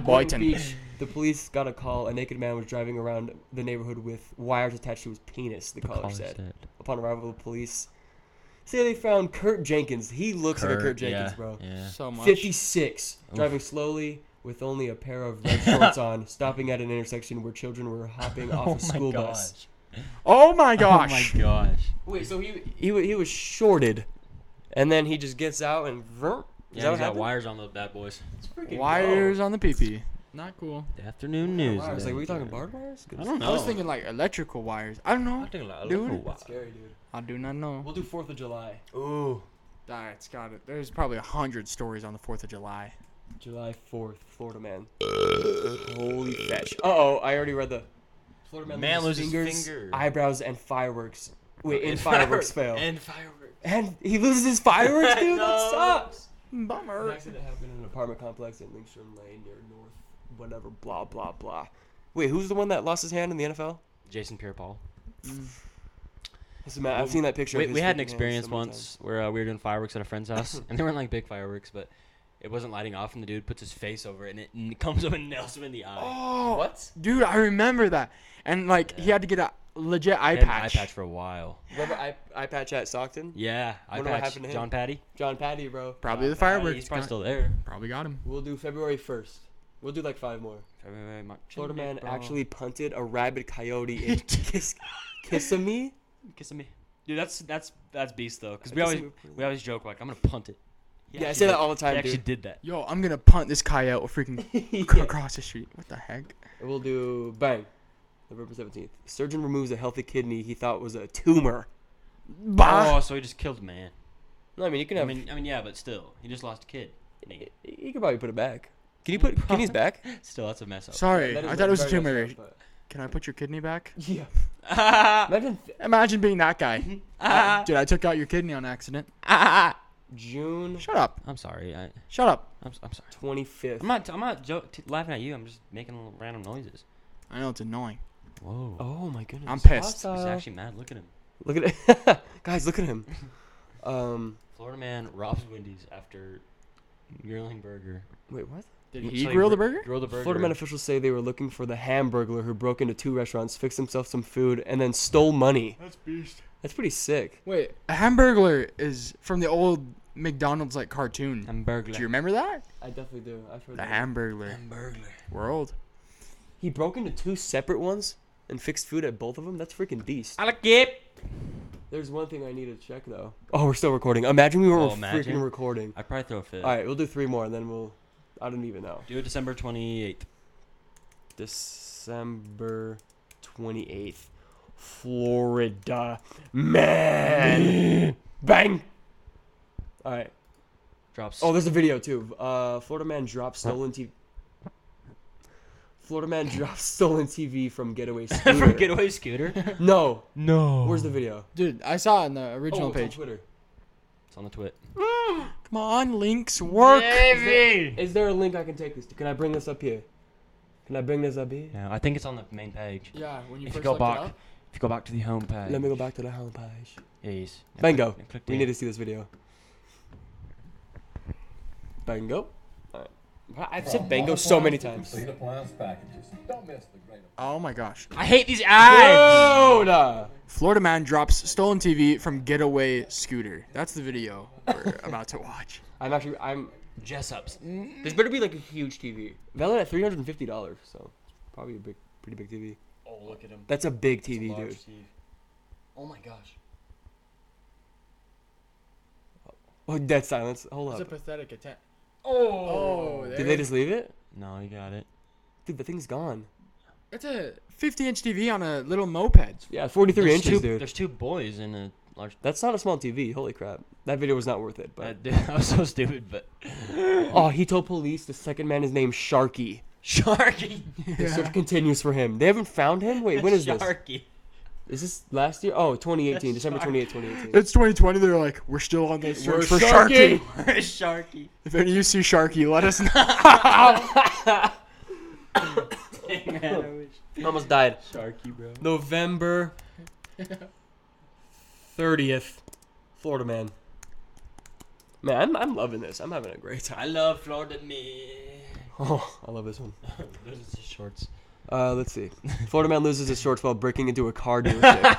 E: Boyton.
D: Beach. The police got a call. A naked man was driving around the neighborhood with wires attached to his penis, the, caller, said. Upon arrival of the police, say they found Kurt Jenkins. He looks like a Kurt Jenkins,
A: yeah,
D: bro.
A: Yeah.
E: So much.
D: 56, driving slowly with only a pair of
A: [LAUGHS]
D: red shorts on, stopping at an intersection where children were hopping off a school bus.
E: Oh my gosh.
A: Oh my gosh.
D: Wait, so he he wa- he was shorted, and then he just gets out and vroom.
A: Yeah,
D: Is that what
A: he's got
D: happened?
A: wires on those bad boys.
C: It's freaking
E: Wires on the PP. Not cool.
A: The afternoon news.
D: I was like,
A: then.
D: were you talking barbed wires?
A: I don't know.
E: I was thinking like electrical wires. I don't know.
A: I'm thinking like,
E: Dude.
A: look, wow.
D: Scary, dude.
E: I do not know.
D: We'll do Fourth of July.
A: Ooh.
E: That's got it. There's probably a hundred stories on the Fourth of July.
D: July Fourth, Florida man. Holy fetch. Uh oh, I already read the. Florida man,
A: Man
D: loses,
A: loses
D: fingers,
A: finger.
D: eyebrows, and fireworks.
A: [LAUGHS]
D: Wait, and fireworks fail. And,
A: And fireworks.
D: he loses his
A: [LAUGHS]
D: fireworks, dude.
A: No.
D: That sucks. An
E: Bummer.
D: accident happened in an apartment complex in Lingstrom Lane near North, whatever. Blah blah blah. Wait, who's the one that lost his hand in the NFL?
A: Jason Pierre-Paul.
D: Listen, man, I've seen that picture.
A: We,
D: of his
A: we had an
D: freaking hands so
A: experience
D: many
A: once where uh, we were doing fireworks at a friend's
D: [LAUGHS]
A: house, and they weren't like big fireworks, but it wasn't lighting off, and the dude puts his face over it, and it n- [LAUGHS] comes up and nails him in the eye.
E: Oh,
D: What?
E: dude, I remember that. And like he had to get a legit eye
A: He had an
E: patch.
A: eye patch for a while.
D: Remember I, I patch at Stockton?
A: Yeah, eye
D: Wonder what
A: patch.
D: happened to him.
A: John Patty.
D: John Patty, bro.
E: Probably the
A: Patty,
E: fireworks.
A: He's probably
E: got-
A: still there.
E: probably got him.
D: We'll do February 1st. We'll do like five more.
A: February, March,
D: Florida man
A: April.
D: actually punted a rabid coyote [LAUGHS] in Kiss, Kissimmee.
A: kissing me. Dude, that's that's that's beast though, because we
D: I guess
A: always
D: I'm a-
A: we always joke like I'm gonna punt it. He
D: Yeah, I
A: actually
D: say that
A: did-
D: all the time,
A: He actually
D: dude.
A: did that.
E: Yo, I'm gonna punt this coyote
D: [LAUGHS]
E: freaking c- across the street. What the heck?
D: And We'll do bang. November 17th. Surgeon removes a healthy kidney he thought was a tumor.
A: Oh,
E: Bah.
A: so he just killed a man.
D: No, I mean, you can
A: I
D: have.
A: mean, I mean, yeah, but still, he just lost a kid.
D: y- you could probably put it back. Can you put kidneys [LAUGHS] back?
A: Still, that's a mess up.
E: Sorry,
D: That is
E: I thought it was a
D: very
E: tumor.
D: messed up,
E: Can I put your kidney back?
D: but- [LAUGHS] Yeah.
A: Ah,
D: Imagine
E: [LAUGHS] Imagine being that [LAUGHS] guy. Uh,
A: ah.
E: Dude, I took out your kidney on accident.
D: June
E: Shut up.
A: I'm sorry. I,
E: Shut up.
A: I'm, s- I'm sorry.
D: 25th.
A: I'm not. I'm not jo- t- laughing at you. I'm just making little random noises.
E: I know it's annoying.
A: Whoa.
D: Oh uh, my goodness.
E: I'm pissed.
A: He's
D: Hostile.
A: actually mad. Look at him.
D: Look at it. [LAUGHS] Guys, look at him. Um,
A: Florida man robs Wendy's after grilling burger. Mm,
D: wait, what?
E: Did
A: So
E: he grill the burger?
A: Grill the burger.
D: Florida man officials say they were looking for the hamburglar who broke into two restaurants, fixed himself some food, and then stole money. That's beast. That's pretty sick.
E: Wait, a hamburglar is from the old McDonald's like cartoon.
A: Hamburglar.
E: Do you remember that?
D: I definitely do. I've heard
E: The
D: that.
E: hamburglar world.
D: he broke into two separate ones and fixed food at both of them. That's freaking beast.
A: I like it.
D: There's one thing I need to check though. Oh, we're still recording. Imagine we were
A: Oh,
D: freaking
A: imagine.
D: recording.
A: I'd probably throw a fit.
D: All right, we'll do three more and then we'll. I don't even know.
A: Do it December 28th.
D: December 28th, Florida. Man! Bang! Alright.
A: Drops.
D: Oh, there's a video too. Uh, Florida man drops stolen TV.
A: [LAUGHS]
D: Florida man drops stolen TV from getaway scooter.
A: from Getaway Scooter.
D: No.
A: no.
D: Where's the video?
E: Dude, I saw it on the
D: Oh,
E: original
D: it's on
E: page.
D: Twitter.
A: It's on the twit.
E: Come on, Link's work.
A: Baby.
D: Is there a link I can take this to? Can I bring this up here? Can I bring this up here?
A: Yeah, I think it's on the main page.
E: Yeah, when you
A: If you
E: first
A: go
E: looked it
A: back,
E: up.
A: if you go back to the home page.
D: Let me go back to the homepage.
A: Yes. Yeah,
D: Bingo.
A: click- click
D: We
A: there.
D: need to see this video. Bango. Alright. I've said bango so many times.
E: Oh my gosh.
A: I hate these ads.
D: Florida.
E: Florida man drops stolen TV from getaway scooter. That's the video [LAUGHS] we're about to watch.
D: I'm actually I'm
A: Jessups.
D: there's better be like a huge TV. Valid at three hundred and fifty dollars, so it's probably a big pretty big TV.
A: Oh, look at him.
D: That's a big TV, dude.
A: Oh my gosh.
D: Oh dead silence. Hold up.
E: pathetic attempt.
A: Oh.
D: Did they just leave it?
A: No, you got it.
D: Dude, the thing's gone.
E: It's a 50 inch TV on a little moped.
D: Yeah, forty three
A: There's
D: inches,
A: two,
D: dude.
A: There's two boys in a large.
D: That's not a small TV. Holy crap. That video was not worth it,
A: Uh,
D: but
A: dude, [LAUGHS] that was so stupid, but [LAUGHS]
D: Oh, he told police the second man is named Sharky.
A: Sharky.
D: The search continues for him. They haven't found him? Wait, when is this?
A: Sharky.
D: Is this last year? Oh, 2018, December 28, 2018.
E: It's 2020. They're like, we're still on the
D: We're
E: search for Sharky.
A: Where's Sharky?
E: If any of you see Sharky, let us know.
D: Almost died.
A: Sharky, bro.
D: November 30th, Florida man. Man, I'm, I'm loving this. I'm having a great time. [LAUGHS]
A: I love Florida Man.
D: Oh, I love this one.
A: Those are just [GASPS] shorts.
D: Uh,
A: [LAUGHS]
D: let's see. Florida man loses his shorts while breaking into a car dealership.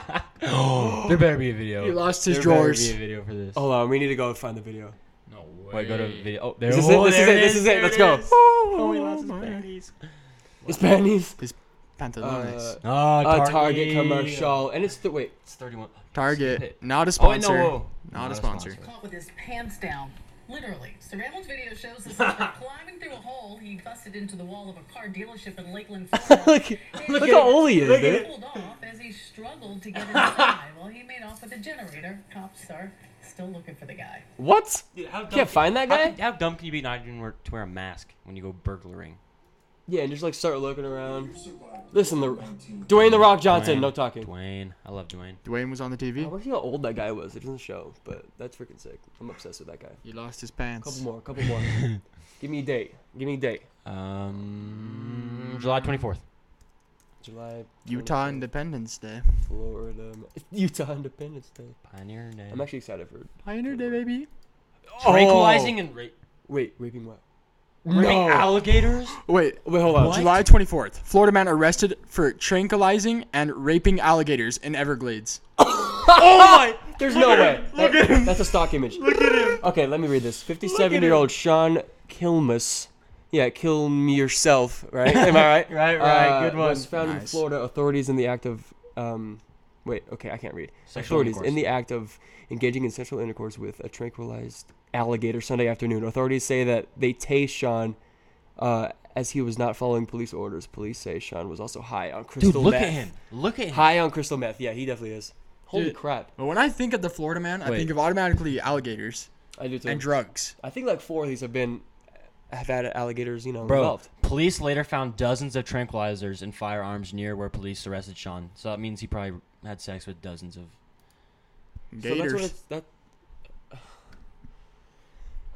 I: There better be a video.
E: He lost his
I: there
E: drawers.
I: Better be a video for this.
D: Hold on, we need to go and find the video.
I: no way. Wait, go to video. Oh, there.
D: This is it.
I: oh,
D: This is
I: there
D: it. This
A: is,
D: is it.
A: there
D: Let's
A: it
D: go.
A: is.
E: Oh, he lost his
D: [LAUGHS] It's panties. Uh,
E: Pantalones.
A: Ah,
I: Oh,
D: a
I: Target,
D: Target commercial, and it's the wait.
A: It's 31.
E: Target, not a
A: Oh, wait, no.
E: sponsor.
A: whoa.
E: Not a sponsor.
J: caught with his pants down. Literally. Surveillance video shows
D: [LAUGHS]
J: the suspect climbing through a hole. He busted into the wall of a car dealership in
D: [LAUGHS]
J: Lakeland. Florida.
D: look, look how old he is,
J: He
D: dude.
J: pulled off as he struggled to
D: [LAUGHS]
J: get inside while he made off with a generator. Cops are still looking for the guy.
D: What?
A: Dude, how dumb
D: Can't
A: can-
D: find that
A: how
D: guy?
A: can- How, dumb can you be not even wear, to wear a mask when you go burglaring?
D: Yeah, and just like start looking around. Listen, the Dwayne the Rock Johnson. No talking.
A: Dwayne. I love Dwayne.
E: Dwayne was on the
D: I
E: TV.
D: wonder how old that guy was. It doesn't show, but that's freaking sick. I'm obsessed with that guy.
E: He lost his
D: Couple
E: pants.
D: more. Couple more. Give me a date. Give me a date.
A: Um, July 24th.
D: July.
E: Utah Independence Day.
D: Florida. Utah Independence Day.
A: Pioneer Day.
D: I'm actually excited for.
E: Pioneer Day, baby.
A: Tranquilizing and rape.
D: Wait, raping what?
A: raping alligators?
E: Wait,
D: Wait, hold on.
E: July 24th. Florida man arrested for tranquilizing and raping alligators in Everglades.
D: There's no way. Look at him. That's a stock image. Look at him. Okay, let me read this. 57 year old Sean Kilmus. Yeah, kill me yourself, right? Am [LAUGHS] I right? Uh,
A: Right, right, good one.
D: Was found in
E: Nice.
D: Florida. Authorities in the act of. Um, wait, okay, I can't read.
A: Sexual
D: authorities in
A: intercourse.
D: the act of engaging in sexual intercourse with a tranquilized alligator Sunday afternoon. Authorities say that they tased Sean. Uh, as he was not following police orders, police say Sean was also high on crystal
A: Dude, look
D: meth.
A: at him. Look at him.
D: High on crystal meth. Yeah, he definitely is. Holy
E: Dude.
D: crap.
E: But when I think of the Florida man, I
I: Wait.
E: think of automatically alligators
D: I do too.
E: and drugs.
D: I think like four of these have been have had alligators, you know,
A: Bro,
D: involved.
A: police later found dozens of tranquilizers and firearms near where police arrested Sean. So that means he probably had sex with [LAUGHS] dozens of.
D: So that's
E: Gators.
D: what it's that.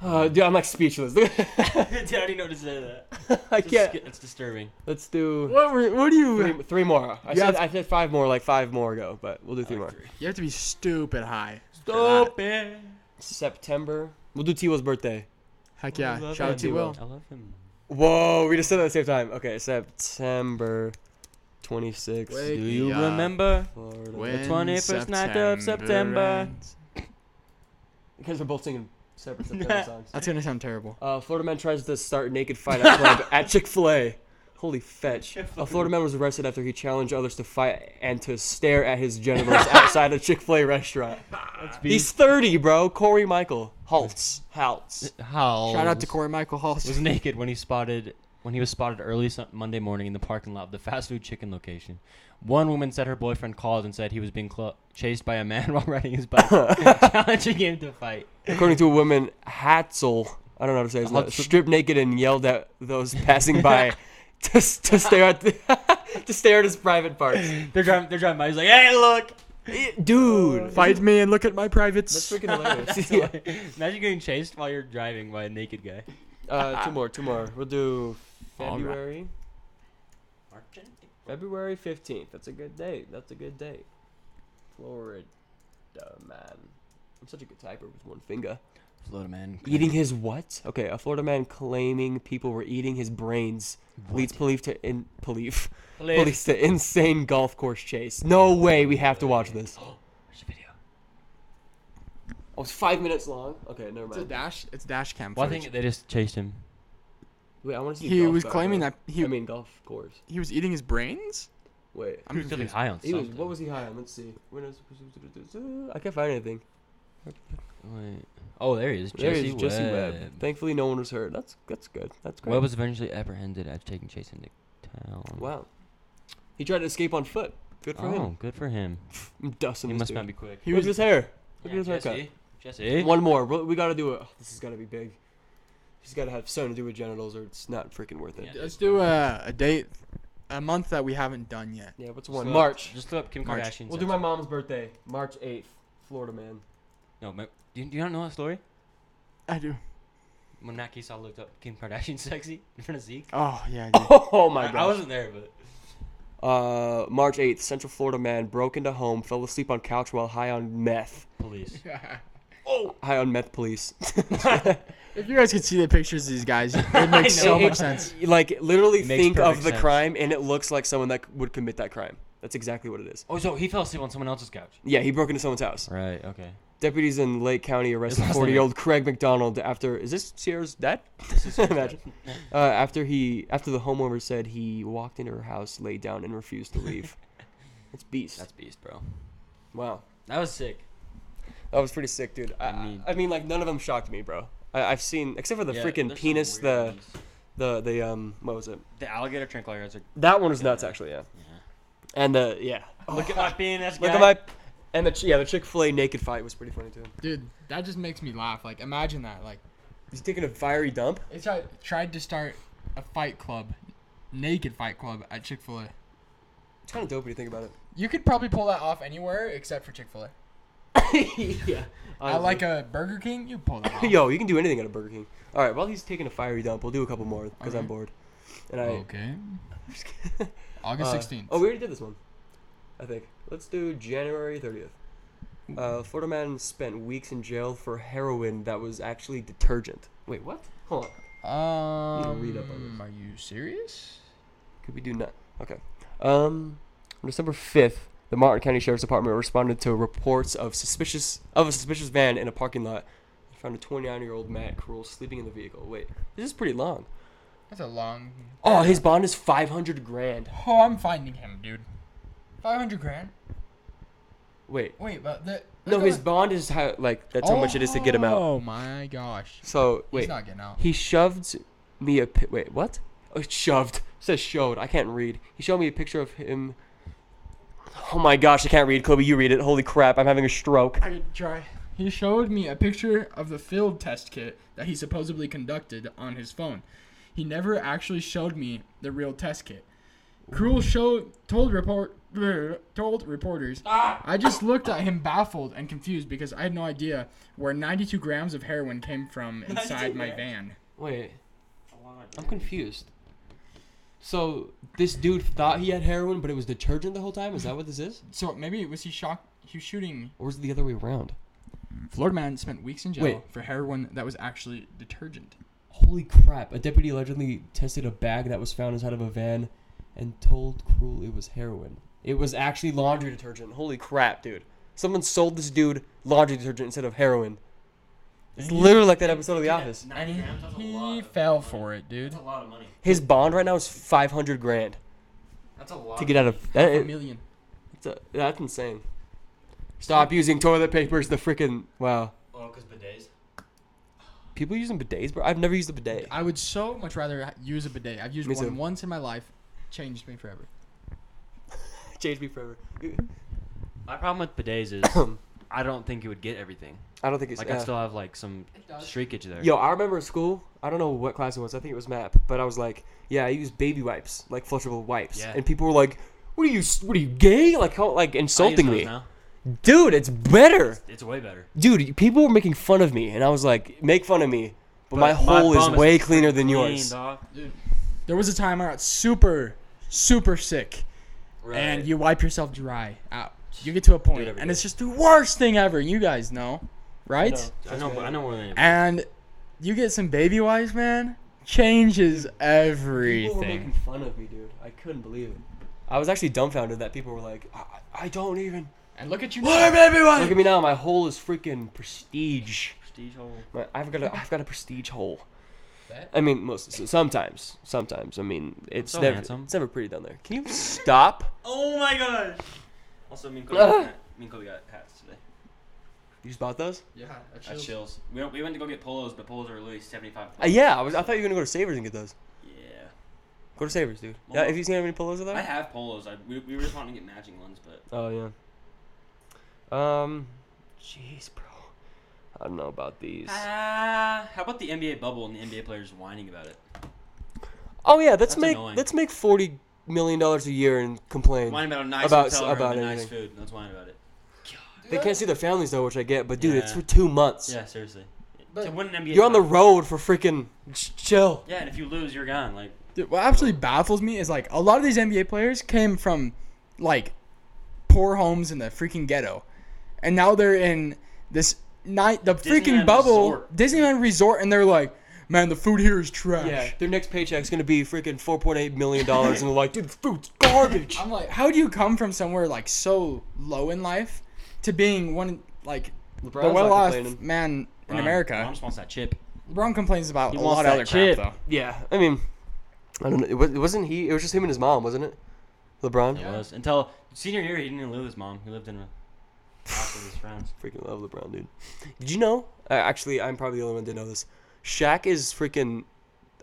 D: Uh, dude, I'm like speechless. [LAUGHS] I
A: I already know to say that.
D: can't.
A: It's disturbing.
D: Let's do
E: what, were, what do you?
D: three, three more. I
E: Yeah.
D: said I said five more, like five more ago, but we'll do three more.
E: You have to be stupid high. for that.
A: Stupid.
D: September. We'll do Tiwa's birthday.
E: Heck yeah.
D: love
E: Shout out to
D: Andy
E: Will.
A: I love him.
D: Whoa, we just said that at the same time. Okay, September 26th.
E: Wake
A: Do you
E: me
D: Uh,
E: up
A: remember?
D: Florida.
E: when
A: 21st night of September.
E: ends.
D: Because we're both singing
E: [LAUGHS]
D: separate September songs.
E: That's gonna sound terrible.
D: Uh, Florida man tries to start naked fight at [LAUGHS] club at Chick Fil A. Holy fetch! A Florida man was arrested after he challenged others to fight and to stare at his genitals outside a [LAUGHS] Chick Fil A restaurant. He's 30, bro. Corey Michael halts, halts.
A: How?
E: Shout out to Corey Michael Hall.
A: Was naked when he spotted when he was spotted early Sun- Monday morning in the parking lot of the fast food chicken location. One woman said her boyfriend called and said he was being clo chased by a man [LAUGHS] while riding his
D: [LAUGHS]
A: bike, challenging him to fight.
D: According to a woman, Hatzel, I don't know how to say his name,
A: Hatzel.
D: stripped naked and yelled at those passing [LAUGHS] by to, to stare at the, [LAUGHS] to stare at his private parts.
A: They're driving. They're driving by. He's like, "Hey, look!"
D: Dude,
E: [LAUGHS] Fight me and look at my
D: that's
E: privates.
D: freaking hilarious. [LAUGHS] Yeah.
A: Imagine getting chased while you're driving by a naked guy.
E: [LAUGHS]
D: Uh, two more, two more. We'll do
E: All right.
D: February. February 15th. That's a good date. That's a good date. Florida, man. I'm such a good typer with one finger.
A: Florida man.
D: Eating his what? Okay, a Florida man claiming people were eating his brains leads police to in
E: [LAUGHS]
D: police police to insane golf course chase. No way. We have to watch
E: [GASPS]
D: this. Oh,
A: Watch the video.
D: it's five minutes long. Okay, never
E: It's a
D: mind.
E: dash. It's dash cam.
A: Well, I
E: footage.
A: think they just chased him.
D: Wait, I want to see.
E: He
D: golf
E: was
D: back
E: claiming
D: there.
E: that he-
D: I mean, golf course.
E: he was eating his brains.
D: Wait.
A: He was feeling
E: confused.
A: high on
D: He was,
A: something.
D: what was he high on? Let's see. When is, I can't find anything.
A: Wait. Oh, there he is.
D: There
A: Jesse
D: is Jesse Webb.
A: Webb.
D: Thankfully, no one was hurt. That's that's good. That's great.
A: Webb was eventually apprehended after taking chase into town.
D: wow. He tried to escape on foot. Good for
A: Oh,
D: him.
A: good for him.
D: I'm dusting
A: He
D: this
A: must
D: dude.
A: not be quick.
D: Look at his hair. Look at his haircut.
A: Jesse. Jesse.
D: One more. We, we gotta do it. This has gotta be big. He's gotta have something to do with genitals, or it's not freaking worth it. Yeah.
E: Let's do a, a date, a month that we haven't done yet.
D: what's one?
A: So,
D: March.
A: Just look up Kim
E: March.
A: Kardashian.
D: We'll do my mom's birthday, March eighth, Florida
A: [LAUGHS]
D: man.
A: No, ma- do you, do you not know that story?
E: I do.
A: When Nat Keesal looked up Kim Kardashian [LAUGHS] sexy in front of Zeke.
E: Oh yeah. [LAUGHS] I do.
D: Oh my
A: I,
D: god.
A: I wasn't there, but
D: Uh, March 8th, Central Florida man broke into home, fell asleep on couch while high on meth.
A: police.
D: High on meth [LAUGHS] police.
E: If you guys could see the pictures of these guys, [LAUGHS] it makes so
D: It-
E: much sense.
D: Like literally
I: Makes
D: think of
I: perfect
D: the
I: sense.
D: crime and it looks like someone that would commit that crime. That's exactly what it is.
A: Oh, so he fell asleep on someone else's couch.
D: Yeah, he broke into someone's house.
A: Right. Okay.
D: Deputies in Lake County arrested
A: last name
D: 40 year old Craig McDonald after. Is this Sierra's dad? [LAUGHS] Imagine. Uh, after he, after the homeowner said he walked into her house, laid down, and refused to leave. That's beast.
A: That's beast, bro.
D: wow,
A: That was sick.
D: that was pretty sick, dude. I, I mean,
A: mean-
D: like none of them shocked me, bro. I, I've seen except for the
A: Yeah,
D: freaking
A: there's some
D: penis,
A: weird
D: the,
A: ones.
D: the, the um, what was it?
A: the alligator tranquilizers. Are,
D: That one was nuts, actually. Yeah. And the yeah,
A: [LAUGHS] Look at my penis.
D: look
A: guy.
D: at my, and the Ch- yeah, the Chick Fil A naked fight was pretty funny too.
E: Dude, that just makes me laugh. Like, imagine that. Like,
D: He's taking a fiery dump.
E: they tried, tried to start a fight club, naked fight club at Chick Fil A.
D: It's kind of dope when you think about it.
E: You could probably pull that off anywhere except for Chick Fil A.
D: [LAUGHS]
E: [LAUGHS]
D: yeah.
E: I like a Burger King. You pull
D: [LAUGHS]
E: that off.
D: Yo, you can do anything at a Burger King. All right, while he's taking a fiery dump, we'll do a couple more because I'm
E: Okay. Oh.
D: bored. And I. [LAUGHS]
E: Okay.
D: uh,
E: August sixteenth.
D: oh, we already did this one. I think. Let's do January 30th. Uh, Florida man spent weeks in jail for heroin that was actually detergent. Wait, what? Hold on.
E: um,
D: read up on
E: Are you serious?
D: Could we do not? Okay. Um, on December 5th, the Martin County Sheriff's Department responded to reports of suspicious of a suspicious van in a parking lot. They found a 29-year-old Matt Cruel sleeping in the vehicle. Wait, this is pretty long.
E: That's a long.
D: Oh, his bond is 500 grand.
E: Oh, I'm finding him, dude. Five hundred grand.
D: Wait.
E: Wait, but the
D: No, his bond is how like that's how much it is to get him out.
E: Oh my gosh.
D: So wait,
E: He's not getting out.
D: he shoved me a pi- wait what? Oh, it shoved it says showed. I can't read. He showed me a picture of him. Oh my gosh, I can't read. Kobe, you read it. Holy crap, I'm having a stroke.
E: I could try. He showed me a picture of the field test kit that he supposedly conducted on his phone. He never actually showed me the real test kit. Cruel showed told report brr, told reporters. I just looked at him baffled and confused because I had no idea where 92 grams of heroin came from inside my van.
D: Wait, I'm confused. So this dude thought he had heroin, but it was detergent the whole time. Is that what this is,
E: So maybe was he shocked? He was shooting.
D: or is it the other way around?
E: Florida man spent weeks in jail
D: Wait.
E: for heroin that was actually detergent.
D: Holy crap! A deputy allegedly tested a bag that was found inside of a van and told Cruel it was heroin. It was actually laundry detergent. Holy crap, dude. Someone sold this dude laundry detergent instead of heroin. It's literally like that episode of The Office.
A: Ninety grams. That's a lot.
E: He
A: That's
E: fell for it, dude.
A: a lot of money.
D: His bond right now is 500 grand
A: That's a lot.
D: to get out of. That,
E: A million.
D: it's a- that's insane. Stop using toilet papers. The freaking. Wow.
A: Oh, because bidets.
D: People using bidets, bro? I've never used a bidet.
E: I would so much rather ha- use a bidet. I've used
D: Me
E: one
D: too.
E: once in my life. Changed me forever.
D: Changed me forever.
A: My problem with bidets [COUGHS] is I don't think you would get everything.
D: I don't think it's.
A: Like
D: uh,
A: I still have like some streakage there.
D: Yo, I remember in school, I don't know what class it was, I think it was MAP, but I was like, yeah, I use baby wipes, like flushable wipes.
A: Yeah.
D: And people were like, what are you, what are you, gay? Like, how, like
A: I use
D: insulting
A: those
D: me.
A: now.
D: Dude, it's better.
A: It's way better.
D: Dude, people were making fun of me, and I was like, make fun of me, but, my hole is
A: bum
D: way cleaner than
A: clean,
D: yours.
A: dog.
E: There was a time I got super, super sick,
A: Right.
E: and you wipe yourself dry out. You get to a point,
D: every
E: and
D: day.
E: it's just the worst thing ever. You guys know, right?
A: I know. I know more than anybody.
E: And you get some baby wipes, man. Changes
D: People were making
E: everything.
D: fun of me, dude. I couldn't believe it. I was actually dumbfounded that people were like, I, I don't even.
E: And look at you.
D: Look
E: now.
D: at me now, my hole is freaking prestige.
A: Prestige hole.
D: My, I've got a I've got a prestige hole.
E: That-
D: I mean, most so- sometimes, sometimes. I mean, it's
A: so
D: never
A: handsome.
D: it's never pretty down there. Can you stop?
A: Oh my gosh. Also, [LAUGHS] me and Kobe, got, hat- me and Kobe got hats today.
D: You just bought those?
E: Yeah, I
A: That chills. We, went- we went to go get polos, but polos are really seventy-five.
D: Uh, yeah, I was. I thought you were gonna go to Savers and get those.
A: Yeah.
D: Go to Savers, dude.
A: Well,
D: Yeah, if you seen how many polos are
A: I
D: there?
A: have polos. I, we, we were just wanting to get matching ones, but
D: Oh yeah. Um, jeez, bro. I don't know about these.
A: ah, how about the NBA bubble and the NBA players whining about it?
D: Oh yeah, let's
A: That's
D: make
A: annoying.
D: let's make forty million dollars a year and complain.
A: Whining about a nice
D: About-
A: hotel room
D: about
A: and nice
D: anything.
A: food. Let's whine about it.
D: They can't see their families though, which I get. But dude, it's
A: Yeah.
D: for two months.
A: Yeah, seriously. to win an NBA
D: You're on the
A: title.
D: road for freaking ch- chill.
A: Yeah, and if you lose, you're gone. Like
E: Dude, what absolutely baffles me is like a lot of these NBA players came from like poor homes in the freaking ghetto, and now they're in this night the
A: Disneyland
E: freaking bubble
A: Resort.
E: Disneyland Resort, and they're like, man, the food here is trash.
D: Yeah, their next paycheck's gonna be freaking four point eight million dollars, and they're like, dude, the food's garbage.
E: I'm like, how do you come from somewhere like so low in life to being one like the
D: not
E: well off
D: complaining.
E: man in
A: Ron-
E: America?
A: Ron just wants that chip.
E: LeBron complains about a
D: wants
E: lot of
D: that
E: other
D: chip.
E: crap
D: yeah, I mean, I don't know. It, was, it wasn't he. It was just him and his mom, wasn't it? LeBron.
A: It was until senior year he didn't even live with his mom. He lived in a house with his friends.
D: Freaking love LeBron, dude. Did you know? Uh, actually, I'm probably the only one that know this. Shaq is freaking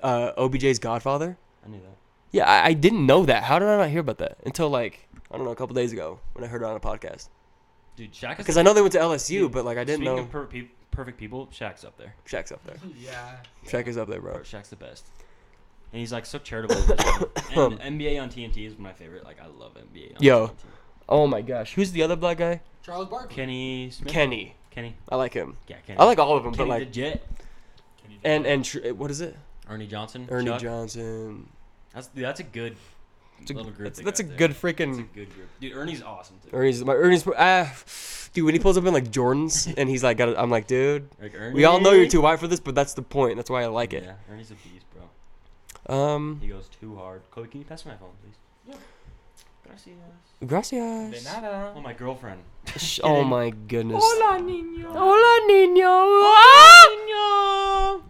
D: uh, OBJ's godfather.
A: I knew that.
D: Yeah, I, I didn't know that. How did I not hear about that until like I don't know a couple days ago when I heard it on a podcast?
A: Dude, Shaq is
D: Because I know they went to LSU,
A: Dude,
D: but like I didn't
A: Speaking
D: know
A: of per- pe- perfect people, Shaq's up there.
D: Shaq's up there.
H: Yeah.
D: Shaq is up there, bro.
A: Shaq's the best. And he's like so
D: [COUGHS]
A: charitable. with his shit. and NBA on TNT is my favorite. Like I love NBA. On
D: Yo.
A: TNT.
D: Oh my gosh, who's the other black guy?
H: Charles Barkley.
A: Kenny Smith.
D: Kenny.
A: Kenny.
D: I like him.
A: Yeah, Kenny.
D: I like all of them,
A: Kenny
D: but like
A: the Jet. Eh.
D: and and tr- what is it?
A: Ernie Johnson.
D: Ernie
A: Chuck.
D: Johnson.
A: That's dude, that's a good
D: It's a-
A: little group.
D: That's,
A: they
D: that's a
A: got there.
D: good
A: That's a
D: freaking.
A: good group. Dude, Ernie's awesome too.
D: Ernie's my Ernie's ah, dude. When he pulls up in like
A: [LAUGHS]
D: Jordans and he's like, got a, I'm like, dude,
A: Like, Ernie.
D: we all know you're too white for this, but that's the point. That's why I like it.
A: Yeah, Ernie's a beast, bro.
D: Um,
A: He goes too hard. Kobe, can you pass me my phone, please? Yeah. Gracias.
D: gracias.
A: Oh, my girlfriend.
D: Sh- Oh my goodness.
A: niño.
D: Hola, niño. Hola,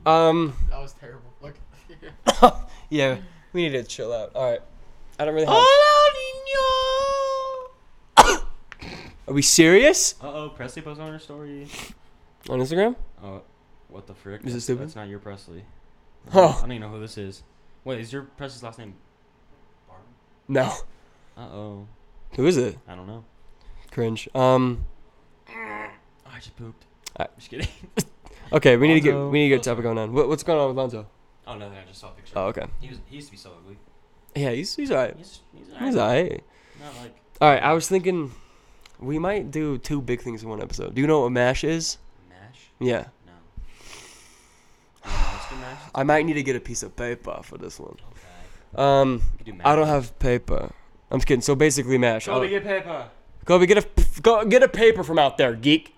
D: niño. Um, [COUGHS]
H: That was terrible. Look.
D: yeah, we need to chill out. All right. I don't really have.
A: Hola,
D: [COUGHS] Are we serious?
A: niño. Uh oh, Presley posted on her story.
D: On Instagram?
A: Oh, what the frick?
D: Is it
A: That's-
D: stupid?
A: That's not your Presley. I
D: Oh,
A: don't even know who this is. Wait, is your Presley's last name?
D: no.
A: Uh oh.
D: Who is it?
A: I don't know.
D: Cringe. Um,
A: Oh, I just pooped.
D: I-
A: just kidding. [LAUGHS]
D: okay, we need to get
A: Lonzo.
D: we need to get a topic going on. What, what's going on with Lonzo?
A: oh, nothing. I just saw a picture.
D: Oh, okay.
A: He, was, he used to be so ugly.
D: Yeah, he's he's alright.
A: He's, he's,
D: He's
A: alright.
D: alright.
A: Not like.
D: Alright, I was thinking we might do two big things in one episode. Do you know what mash is?
A: Mash?
D: Yeah.
A: [SIGHS] No. You know what's good mash?
D: I might need to get a piece of paper for this one.
A: Okay.
D: Um,
A: We could do
D: I don't
A: mash.
D: have paper. I'm just kidding. So basically, mash. Kobe,
H: get paper.
D: Kobe get a go, get a paper from out there, geek.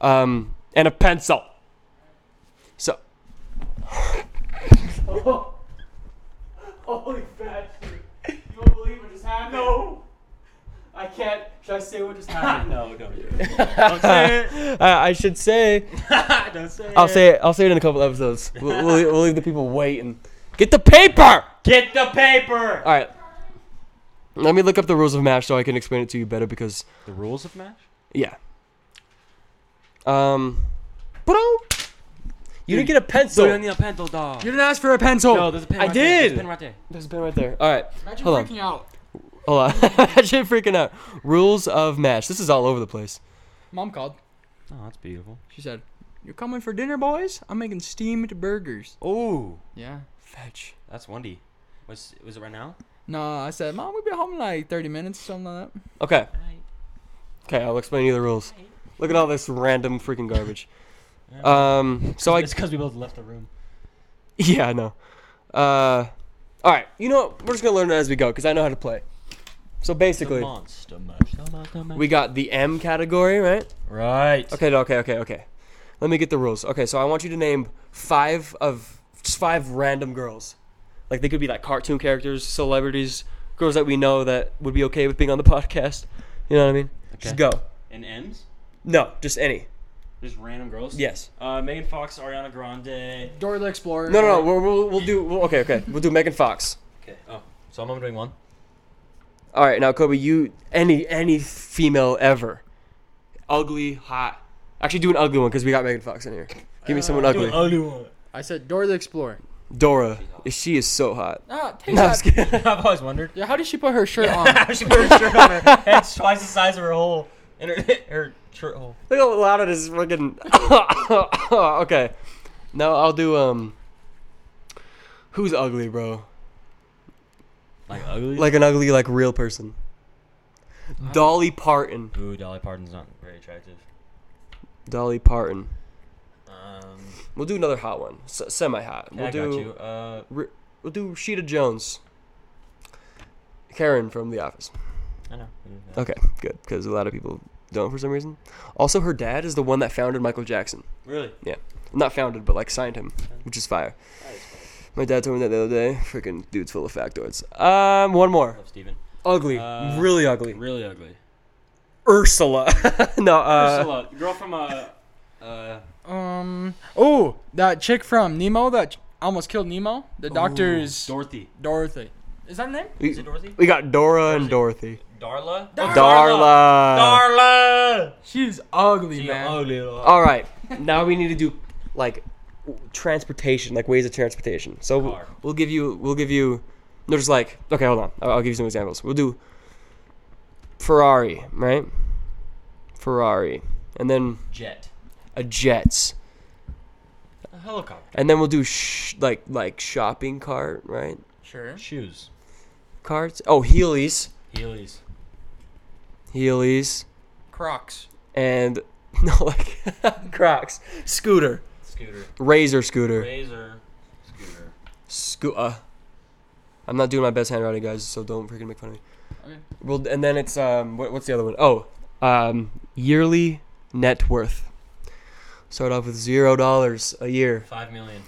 D: Um, and a pencil. So
H: Holy fat shit. You won't believe what just happened. No. I can't. Should I say what just happened?
A: [LAUGHS] No, don't. do it.
D: I, I should say
A: don't say
D: I'll say it. I'll say it in a couple episodes. We'll, we'll, we'll leave the people waiting. Get the paper.
A: Get the paper.
D: All right. Let me look up the rules of Mash so I can explain it to you better because
A: The rules of mash?
D: yeah. Um, bro, you didn't get a pencil.
A: need a pencil, dog.
E: You didn't ask for a pencil.
A: No, Oh, there's a pen.
D: I
A: right there. There's a
D: did.
A: pen right there.
D: There's a pen right there. All right.
H: Imagine
D: Hold on.
H: freaking out.
D: Hold on. [LAUGHS] Shit freaking out. Rules of MASH. This is all over the place.
E: Mom called.
A: Oh, that's beautiful.
E: She said, "You coming for dinner, boys? I'm making steamed burgers."
A: Oh,
E: Yeah.
D: Fetch.
A: that's Wendy. Was was it right now?
E: No, I said, "Mom, we'll be home in like 30 minutes, something like that."
D: Okay. Okay, I'll explain you the rules. Look at all this random freaking garbage. Um, so I. [LAUGHS]
A: it's because we both left the room.
D: Yeah, I know. Uh, all right. You know what? We're just going to learn it as we go because I know how to play. So basically,
A: monster mash. The monster mash.
D: we got the M category, right?
A: right.
D: Okay, no, okay, okay, okay. Let me get the rules. Okay, so I want you to name five of just five random girls. Like they could be like cartoon characters, celebrities, girls that we know that would be okay with being on the [LAUGHS] podcast. You know what I mean? Just
A: Okay.
D: go.
A: And M's?
D: No, just any.
A: Just random girls?
D: Yes.
A: Uh, Megan Fox, Ariana Grande.
E: Dora the Explorer.
D: No, no, no. We'll, we'll, we'll do. We'll, okay, okay. We'll do Megan Fox.
A: Okay. Oh, so I'm only doing
D: [LAUGHS]
A: one.
D: All right, now Kobe, you any any female ever, ugly, hot. Actually, do an ugly one because we got Megan Fox in here.
A: Uh,
D: Give me someone ugly.
A: Only one.
E: I said Dora the Explorer.
D: Dora, she is so hot.
E: Oh,
D: [LAUGHS]
E: take
D: No, I'm
E: that.
D: just kidding.
A: [LAUGHS]
D: [LAUGHS]
A: I've always [LAUGHS] wondered.
E: Yeah, how did she put her shirt on?
A: she put her shirt on [LAUGHS] her head's twice the size of her hole. And her, [LAUGHS] her shirt hole.
D: Look how loud it is freaking. [LAUGHS] okay. Now I'll do um. Who's ugly, bro?
A: Like ugly?
D: Like an ugly, like real person. Dolly Parton.
A: Ooh, Dolly Parton's not very attractive.
D: Dolly Parton.
A: Um,
D: We'll do another hot one, S- semi-hot.
A: yeah,
D: We'll
A: I
D: do.
A: got you. Uh,
D: Re- we'll do Sheeta Jones. Karen from The Office.
A: I know.
D: Uh, Okay, good, because a lot of people don't for some reason. Also, her dad is the one that founded Michael Jackson.
A: Really?
D: Yeah. Not founded, but like signed him, which is fire. My dad told me that the other day. Freaking dude's full of factoids. Um, one more.
A: Love Steven.
D: Ugly.
A: Uh,
D: really ugly.
A: Really ugly.
D: Ursula. [LAUGHS] no, uh.
A: Ursula, girl from uh, uh,
E: Um. Oh, that chick from Nemo that ch- almost killed Nemo. The doctor's
A: Dorothy.
E: Dorothy. Is that her name?
D: We,
A: Is it Dorothy?
D: we got Dora and Dorothy.
A: Darla. [LAUGHS]
D: Darla.
A: Darla.
E: She's ugly,
A: She's
E: man.
A: ugly, though.
D: All right. Now we need to do like w- transportation, like ways of transportation. So we'll,
A: Car.
D: we'll give you, we'll give you. No, just like okay, hold on. I'll, I'll give you some examples. We'll do Ferrari, right? Ferrari, and then
A: Jet.
D: a Jets,
A: A helicopter.
D: and then we'll do sh- like like shopping cart, right?
E: Sure.
A: Shoes.
D: Carts. Oh, Heelys,
A: Heelys.
D: Heelys,
E: Crocs.
D: and [LAUGHS] no like [LAUGHS] Crocs, scooter,
A: Scooter.
D: razor scooter.
A: Razor. Scooter.
D: Scooter. I'm not doing my best handwriting, guys, so don't freaking make fun of me. Okay. Well, and then it's um, what, what's the other one? Oh, um, yearly net worth. Start off with zero dollars a year,
A: Five million.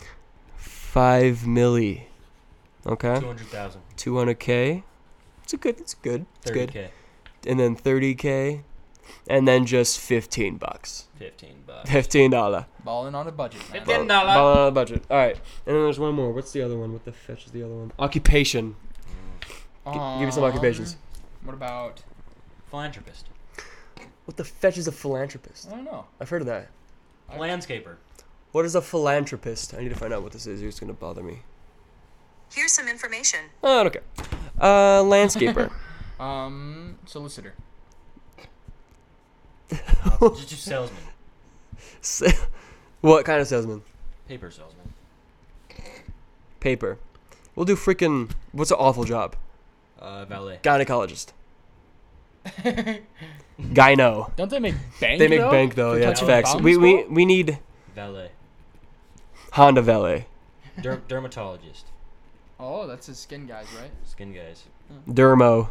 D: five milli. Okay,
A: Two hundred thousand.
D: two hundred k. It's a good. It's good. It's
A: Thirty
D: good.
A: k.
D: And then thirty k, and then just fifteen bucks.
A: Fifteen
D: [LAUGHS]
A: bucks.
D: Fifteen dollar.
E: Balling on a budget, man.
A: Fifteen dollar.
D: Blah budget. All right. And then there's one more. What's the other one? What the fetch is the other one? Occupation. G- give me some
E: Um,
D: occupations.
E: What about?
A: Philanthropist.
D: What the fetch is a philanthropist?
E: I don't know.
D: I've heard of that. [LAUGHS]
A: Landscaper.
D: What is a philanthropist? I need to find out what this is. You're just gonna bother me.
F: Here's some information.
D: Oh, okay.
A: [LAUGHS]
D: Uh, landscaper.
E: Um, solicitor.
A: Just, just salesman.
D: S- [LAUGHS] what kind of salesman?
A: Paper salesman.
D: Paper. We'll do freaking. What's an awful job?
A: Uh, valet. [LAUGHS]
D: Gynecologist. Gyno.
E: Don't they make bank?
D: They make
E: though?
D: bank though.
E: For
D: Yeah, it's
E: touching
D: facts.
E: bombs,
D: We we
E: bro?
D: we need
A: Valet.
D: Honda valet, [LAUGHS]
A: Der- dermatologist.
E: Oh, that's his skin guys, right?
A: Skin guys.
D: dermo,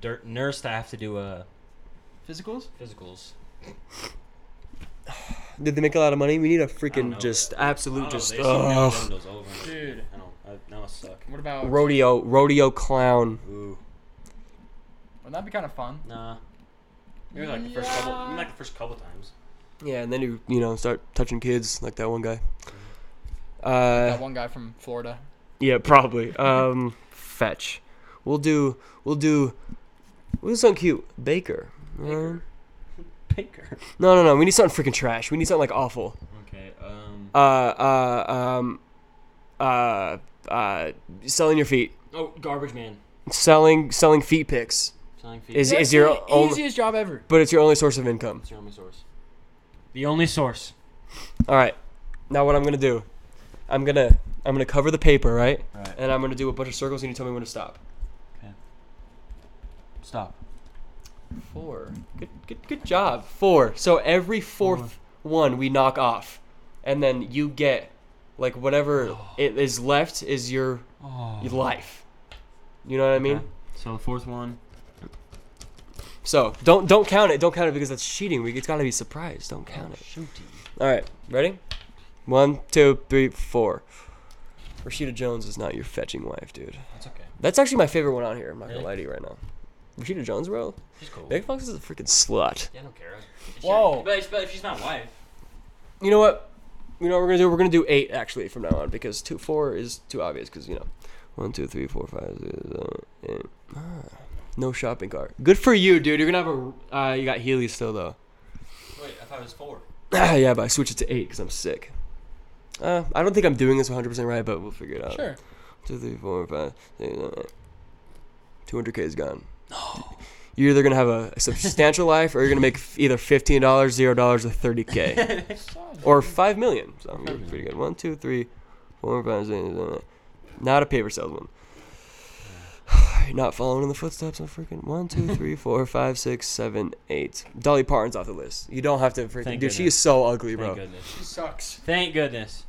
A: Dirt nurse to have to do uh
E: Physicals.
A: physicals.
D: Did they make a lot of money? We need a
A: don't
D: freaking
A: know.
D: just
A: I
D: absolute
A: don't know, Oh,
D: just
A: they should have
D: ugh.
A: done those over and over.
E: Dude.
A: I don't. I, now I suck.
E: What about?
D: rodeo rodeo clown.
A: Ooh.
E: Wouldn't that be kind of fun?
A: Nah. Maybe like the first couple. Maybe like the first couple times.
D: Yeah, and then you you know start touching kids like that one guy.
E: that
D: Uh,
E: one guy from Florida.
D: yeah, probably. Um, fetch. We'll do we'll do we'll do something cute. Baker. Baker.
A: Baker.
D: No, no, no. We need something freaking trash. We need something like awful.
A: Okay. Um.
D: Uh, uh, um, uh, uh, selling your feet.
A: Oh, garbage man.
D: Selling selling feet pics
A: Selling feet.
D: is is your
E: the
D: only,
E: easiest job ever?
D: but it's your only source of income.
A: It's your only source. The only source.
D: All right. Now what I'm gonna do? I'm gonna I'm gonna cover the paper, right?
A: Right.
D: And I'm gonna do a bunch of circles, and you tell me when to stop.
A: Stop.
D: Four. Good, good, good job. Four. So every fourth one we knock off, and then you get
A: [GASPS]
D: like whatever it is left is your
A: Oh.
D: your life. You know what I mean?
A: So the fourth one.
D: So don't don't count it. Don't count it because that's cheating. We it's gotta be surprised. Don't count it.
A: Shooty.
D: All right. Ready? One, two, three, four. Rashida Jones is not your fetching wife, dude.
A: That's okay.
D: That's actually my favorite one on here. I'm not gonna
A: Really?
D: lie to you right now. Rashida Jones, bro.
A: She's cool.
D: Megan Fox is a freaking slut.
A: Yeah, I don't care. It's
E: Whoa.
A: your- But, it's- but if she's not wife.
D: You know what? You know what we're gonna do? We're gonna do eight actually from now on because two four is too obvious because you know, one two three four five six seven eight. Ah, no shopping cart. Good for you, dude. You're gonna have a. Uh, you got Healy still though. Ah,
A: Wait, I thought it was four.
D: yeah, but I switched it to eight because I'm sick. Uh, I don't think I'm doing this 100 percent right, but we'll figure it out.
E: Sure.
D: Uh, Two three four five six seven eight. 200k is gone. You're either gonna have a,
A: [LAUGHS]
D: a substantial life, or you're gonna make f- either fifteen dollars, zero dollars, or thirty k.
A: [LAUGHS]
D: or five million. So I'm pretty good. One, two, three, four, five, six, seven, eight. Not a paper salesman. [SIGHS] You're not following in the footsteps of freaking one,
A: [LAUGHS]
D: two, three, four, five, six, seven, eight. Dolly Parton's off the list. You don't have to freaking.
A: Thank
D: dude, she
A: goodness.
D: is so ugly,
A: Thank
D: bro.
A: goodness.
E: It sucks.
A: Thank goodness.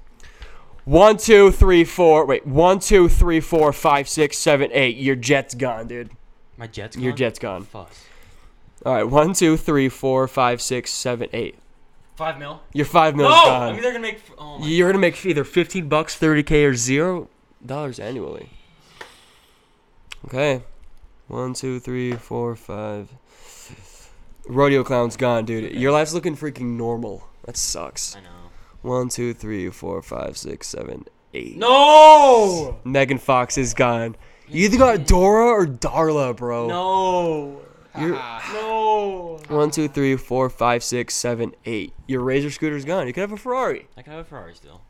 D: One, two, three, four. Wait, one, two, three, four, five, six, seven, eight. Your jet's gone, dude.
A: My jet's gone.
D: Your jet's gone.
A: Fuss.
D: All right, one, two, three, four, five, six, seven, eight.
A: Five mil.
D: Your five
A: No,
D: mil is gone.
A: I'm either gonna make. Oh my.
D: You're gonna make either fifteen bucks, thirty k, or zero dollars annually. Okay, one, two, three, four, five. Rodeo clown's gone, dude. Your life's looking freaking normal. That sucks.
A: I know.
D: One, two, three, four, five, six, seven, eight.
A: No.
D: Megan Fox is gone. You either got Dora or Darla, bro.
A: No. ah.
D: You're,
A: No.
D: one, two, three, four, five, six, seven, eight. Your Razor scooter's gone. You could have a Ferrari.
A: I could have a Ferrari still.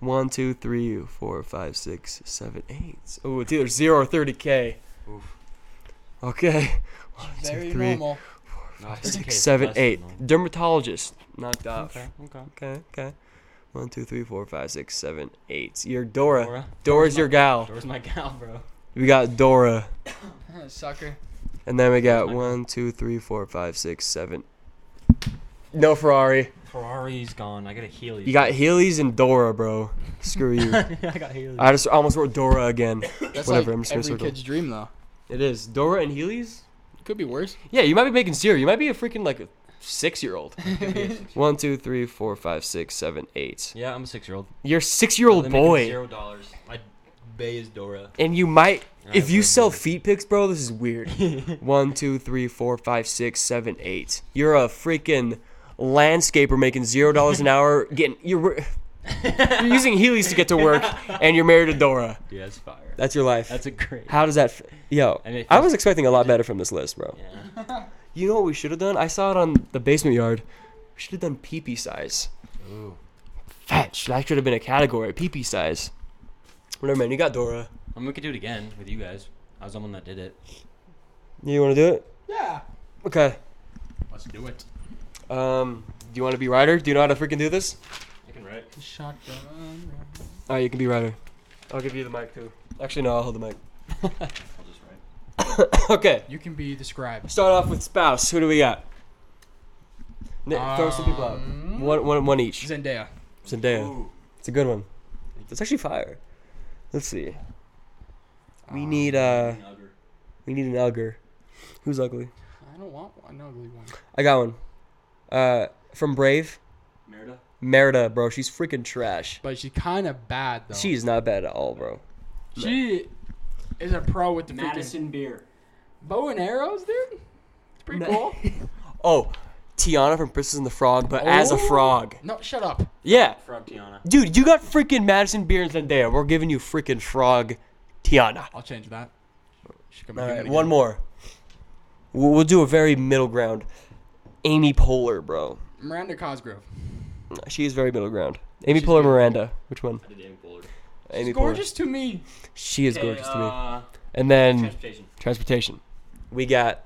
D: One, two, three, four, five, six, seven, eight. Oh, it's either zero or thirty k. Okay. One, two,
E: Very
D: three,
E: normal.
A: No,
D: six, seven, eight. Dermatologist knocked off.
A: Okay. Okay.
D: Okay. Okay. One, two, three, four, five, six, seven, eight. Your Dora.
A: Dora.
D: Dora's your gal.
A: Where's my gal, bro?
D: We got Dora.
E: Sucker.
D: And then we got one, two, three, four, five, six, seven. No Ferrari.
A: Ferrari's gone. I got a Healy.
D: You got Heelys and Dora, bro. Screw
E: [LAUGHS]
D: you.
A: I got Healy.
D: I just almost wrote Dora again.
E: That's
D: Whatever,
E: like
D: I'm just gonna
E: every
D: circle.
E: kid's dream, though.
D: It is Dora and Heelys.
E: Could be worse.
D: Yeah, you might be making cereal. You might be a freaking like a [LAUGHS] six-year-old. One, two, three, four, five, six, seven, eight.
A: Yeah, I'm a six-year-old.
D: You're a six-year-old boy,
A: Zero dollars. My bay is Dora.
D: and you might.
A: I
D: If you
A: would
D: sell
A: be.
D: feet pics, bro, this is weird. One, two, three, four, five, six, seven, eight. You're a freaking landscaper making zero dollars an hour. Getting you're, wor- you're using Heelys to get to work, and you're married to Dora.
A: Dude, that's fire.
D: That's your life.
A: That's a great.
D: How does that? F- Yo,
A: And it
D: I
A: feels-
D: was expecting a lot better from this list, bro.
A: Yeah.
D: You know what we should have done? I saw it on the basement yard. We should have done pee pee size.
A: Ooh.
D: Fetch. That should have been a category. Pee pee size. Whatever, man. You got Dora.
A: I mean, we could do it again with you guys. I was the one that did it.
D: You want to do it?
H: Yeah.
D: Okay.
A: Let's do it.
D: Um, do you want to be rider? Do you know how to freaking do this?
A: I can write.
E: Shotgun.
D: All right, you can be rider. I'll give you the mic too. Actually, no. I'll hold the [LAUGHS] mic. [COUGHS]
A: I'll just write.
D: okay.
E: You can be the scribe.
D: Start off with spouse. Who do we got? Nick, throw some people out. One, one, one each.
E: Zendaya.
D: Um, Zendaya. It's a good one. It's actually fire. Let's see. We need uh
A: Nugger.
D: we need an Elgar. Who's ugly?
E: I don't want one. No, really one.
D: I got one. Uh from Brave,
A: Merida.
D: Merida, bro. She's freaking trash.
E: But she's kind of bad though.
D: She is not bad at all, bro.
E: she is a pro with the freaking
H: Madison beer.
E: bow and arrows, dude. It's
D: [LAUGHS]
E: pretty cool.
D: Oh, Tiana from Princess and the Frog, but as a
E: Oh.
D: frog.
E: No, shut up.
D: Yeah.
A: Frog Tiana.
D: Dude, you got freaking Madison Beer and Zendaya. We're giving you freaking frog Tiana.
E: I'll change that. She can be
D: All right,
E: human
D: one
E: again.
D: more. We'll we'll do a very middle ground. Amy Poehler, bro.
E: Miranda Cosgrove.
D: She is very middle ground. Amy Poehler, Miranda. Which one?
A: I did Amy Pollard.
D: Amy
E: She's gorgeous to me.
D: Poehler. She is gorgeous
A: uh,
D: to me. And then
A: Transportation.
D: transportation. We got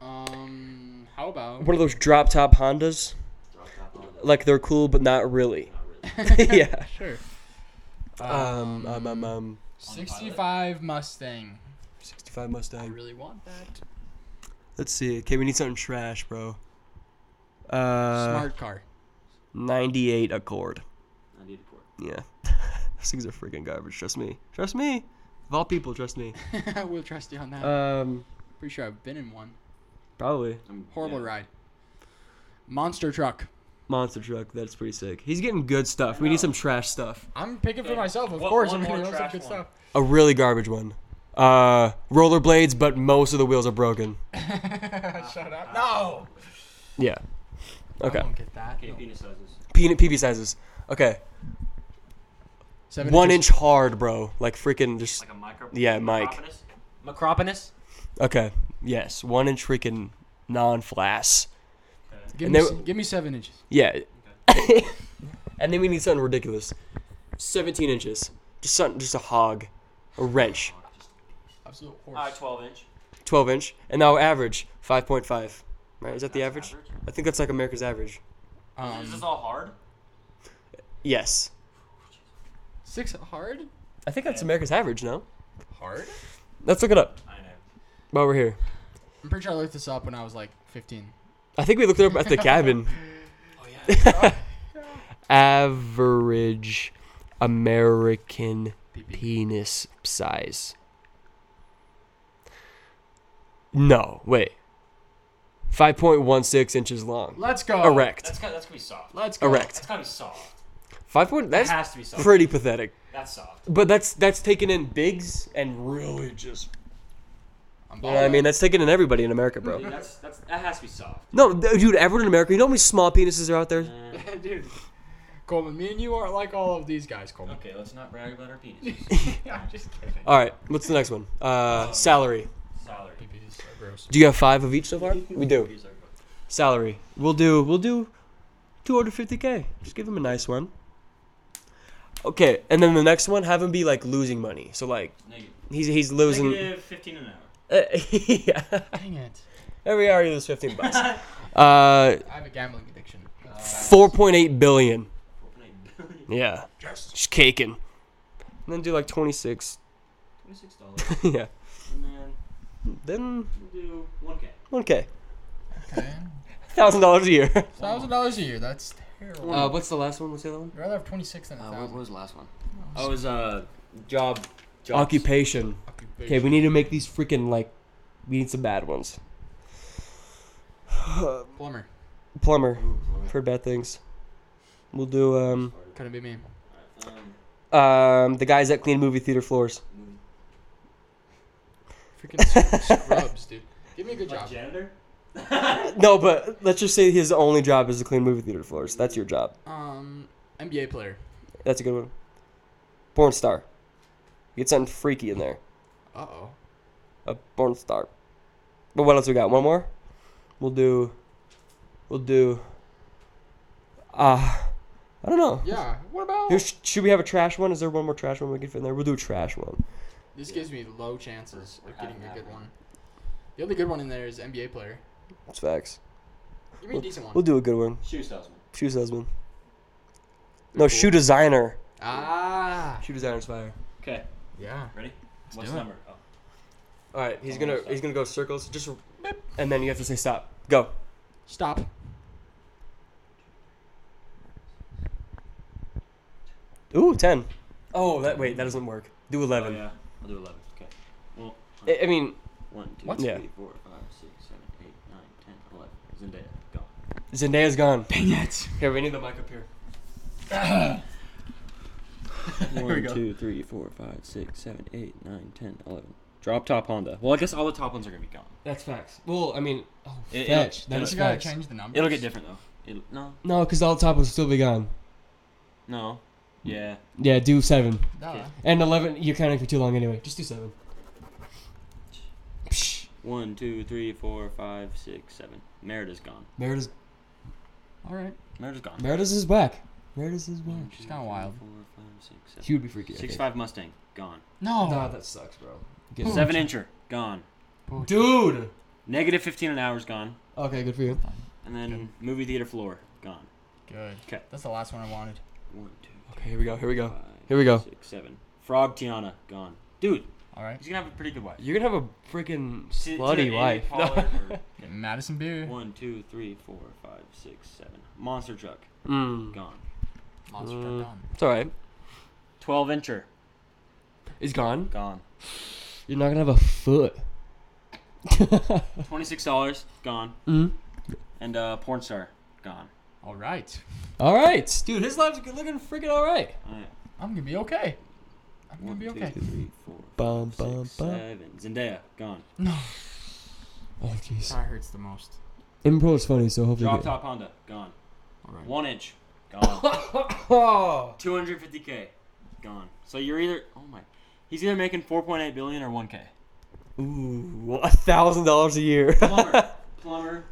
E: Um, how about
D: what are those drop top Hondas? Like they're cool, but not
A: [LAUGHS]
D: really. [LAUGHS] yeah.
E: sure?
D: Um, um, um, um,
E: Sixty-five Mustang.
D: 65
E: I
D: Mustang.
E: really want that
D: Let's see. Okay, we need something trash, bro. Uh,
E: smart car. [LAUGHS]
D: 98 Accord.
A: I need a court.
D: Yeah. [LAUGHS] Those things are freaking garbage. Trust me. Trust me. Of all people, trust me.
E: I will trust you on that.
D: Um,
E: Pretty sure I've been in one.
D: probably.
A: I'm-
E: Horrible
A: yeah.
E: ride. Monster truck.
D: Monster truck. That's pretty sick. He's getting good stuff. We need some trash stuff.
E: I'm picking for
A: Okay.
E: myself, of
A: What-
E: course.
A: one
E: I'm
A: more
E: picking up
A: trash
E: good
A: one.
E: stuff.
D: A really garbage one. Uh, rollerblades, but most of the wheels are broken.
E: Shut up. No.
D: Yeah. Okay.
E: I won't get that.
A: Okay,
E: No.
A: penis sizes.
D: Peanut PB sizes. Okay.
E: Seven
D: One
E: inches.
D: inch hard, bro. Like freaking just.
A: Like a micro.
D: Yeah, Mike.
A: Macroponus? Macroponus.
D: Okay. Yes. One inch freaking non flash.
E: Give
D: and
E: me,
D: they-
E: s- give me seven inches.
D: Yeah. [LAUGHS] and then we need something ridiculous. 17 inches. Just something, just a hog. A wrench.
E: Absolute
A: All right,
E: horse.
A: Uh, twelve inch.
D: 12 inch. And now average. 5.5. Right? Is that the average? I think that's like America's average.
A: Is this
E: Um,
A: all hard?
D: Yes.
E: six hard.
D: I think that's America's average, no?
E: Hard.
D: Let's look it up
A: I know.
D: while we're here.
E: I'm pretty sure I looked this up when I was like 15.
D: I think we looked it up [LAUGHS] at the cabin. Oh, [LAUGHS] average American penis size. No, wait. 5.16 inches long.
E: Let's go.
D: Erect.
A: That's got that's gonna be soft.
E: Let's go.
D: Erect.
A: That's gotta be soft.
D: Five point. That's
A: has to be soft.
D: pretty pathetic.
A: That's soft.
D: But that's that's taken in bigs and really just.
E: I'm
D: You know what I mean? That's taken in everybody in America, bro.
A: Dude, that's, that's that has to be soft.
D: No, th- dude, everyone in America. You know how many small penises are out there?
E: Dude, Coleman, me and you aren't like all of these guys, Coleman.
A: Okay, let's not brag about our penises.
E: I'm just kidding.
D: All right, what's the next one? Uh, salary.
A: Salary.
D: Do you have five of each so far? We do. Salary. We'll do. We'll do. Two hundred fifty k. Just give him a nice one. Okay, and then the next one, have him be like losing money. So like
A: Negative.
D: he's he's losing.
A: Negative fifteen an hour.
D: Uh, [LAUGHS] yeah.
E: Dang it.
D: Every hour you lose fifteen bucks. Uh,
E: I have a gambling addiction.
D: four point eight billion.
A: Open a
D: Yeah. Just caking. And then do like 26.
A: [LAUGHS] Twenty-six dollars.
D: [LAUGHS] yeah.
A: And then
D: Then
A: we'll do one K.
D: 1K.
E: Okay.
D: $1,000 a year.
E: Uh, Thousand dollars a year. That's terrible.
D: Uh, what's the last one? What's the other one?
E: I'd rather have twenty six than
K: Uh,
E: a
K: what, what
E: thousand.
K: was the last one?
A: I was uh job. jobs.
D: Occupation. Okay, we need to make these freaking like. We need some bad ones. [SIGHS]
E: Plumber.
D: Plumber. Heard bad things. We'll do um
E: Couldn't be me.
A: Um,
D: um the guys that clean movie theater floors.
E: Freaking sc- scrubs, dude. Give me a good
A: like
E: job.
A: janitor.
D: No, but let's just say his only job is to clean movie theater floors. That's your job.
E: Um, NBA player.
D: That's a good one. Porn star. Get something freaky in there.
E: Uh oh.
D: a porn star. But what else we got? One more. We'll do. We'll do. Uh, I don't know.
E: Yeah. What about?
D: Here, sh- should we have a trash one? Is there one more trash one we can fit in there? We'll do a trash one.
E: This gives me low chances of getting a good one. The only good one in there is NBA player.
D: That's facts.
E: Give me a decent
D: We'll
E: one.
D: do a good one.
A: Shoe salesman.
D: Shoe salesman. No, shoe designer.
E: Ah.
D: Shoe designer's fire.
A: Okay.
E: Yeah.
A: Ready? What's
K: do it.
A: number? Oh.
D: All right, he's gonna he's gonna go circles. Just and then you have to say stop. Go.
E: Stop.
D: Ooh, ten. Oh, that wait, that doesn't work. Do
A: Oh,
D: eleven.
A: yeah. I'll do eleven. Okay. Well,
D: I, I mean,
A: one, two,
D: What?
A: three,
D: Yeah.
A: four, five, six, seven, eight, nine, ten, eleven. Zendaya, go.
D: Zendaya's gone.
K: Dang it.
D: Here, we need the mic up here.
A: [LAUGHS] One, two, three, four, five, six, seven, eight, nine, ten, eleven. Drop top Honda. Well, I guess all the top ones are gonna be gone.
D: That's facts. Well, I mean, oh,
A: It-
D: fetch.
A: it'll-
D: That's
E: You gotta
D: facts.
E: change the number.
A: It'll get different though. It'll, no,
D: No, because all top will still be gone.
A: no, yeah.
D: Yeah, do seven
E: Nah.
D: and eleven. You're counting for too long anyway. Just do seven.
A: One, two, three, four, five, six, seven. Merida's gone.
D: Merida's
E: All right.
A: Merida's gone.
D: Merida's is back. Merida's is back.
E: She's kinda wild.
A: Four, five, six, seven.
D: She would be freaky. I
A: Six
D: think.
A: five Mustang gone.
E: No.
D: Nah, that sucks, bro. Get it.
A: Seven incher gone.
D: Dude.
A: Negative fifteen an hour's gone.
D: Okay, good for you.
A: And then movie theater floor gone.
E: Good.
A: 'Kay.
E: That's the last one I wanted.
A: One, two,
D: Okay, here we go. Here we go.
A: five,
D: Here we go.
A: six, seven. Frog Tiana gone. Dude,
E: All right.
A: he's gonna have a pretty good wife.
D: You're gonna have a freaking
A: It's either
D: slutty
A: Amy
D: wife. [LAUGHS]
A: Pollard or-
E: Madison Beer.
A: One, two, three, four, five, six, seven. Monster truck
D: Mm,
A: gone.
E: Monster
D: Mm.
E: truck gone.
D: it's all right.
A: Twelve incher
D: It's gone.
A: gone.
D: You're not gonna have a foot.
A: Twenty six dollars gone.
D: mm.
A: And uh, porn star gone.
E: All right.
D: All right, dude. His life's good looking freaking all right.
A: All right.
E: I'm gonna be okay. I'm gonna
A: One,
E: be
A: two,
E: okay.
A: three, four,
D: Bum,
A: five,
D: bum,
A: six,
D: bum.
A: seven. Zendaya gone.
D: Oh jeez.
E: That hurts the most.
D: Impro is funny, so hopefully.
A: Drop top Honda gone.
E: All right.
A: One inch [LAUGHS] gone. Two hundred fifty k gone. So you're either oh my, he's either making four point eight billion or [LAUGHS] one k.
D: [LAUGHS] Ooh, a thousand dollars a year. [LAUGHS]
A: Plumber, plumber,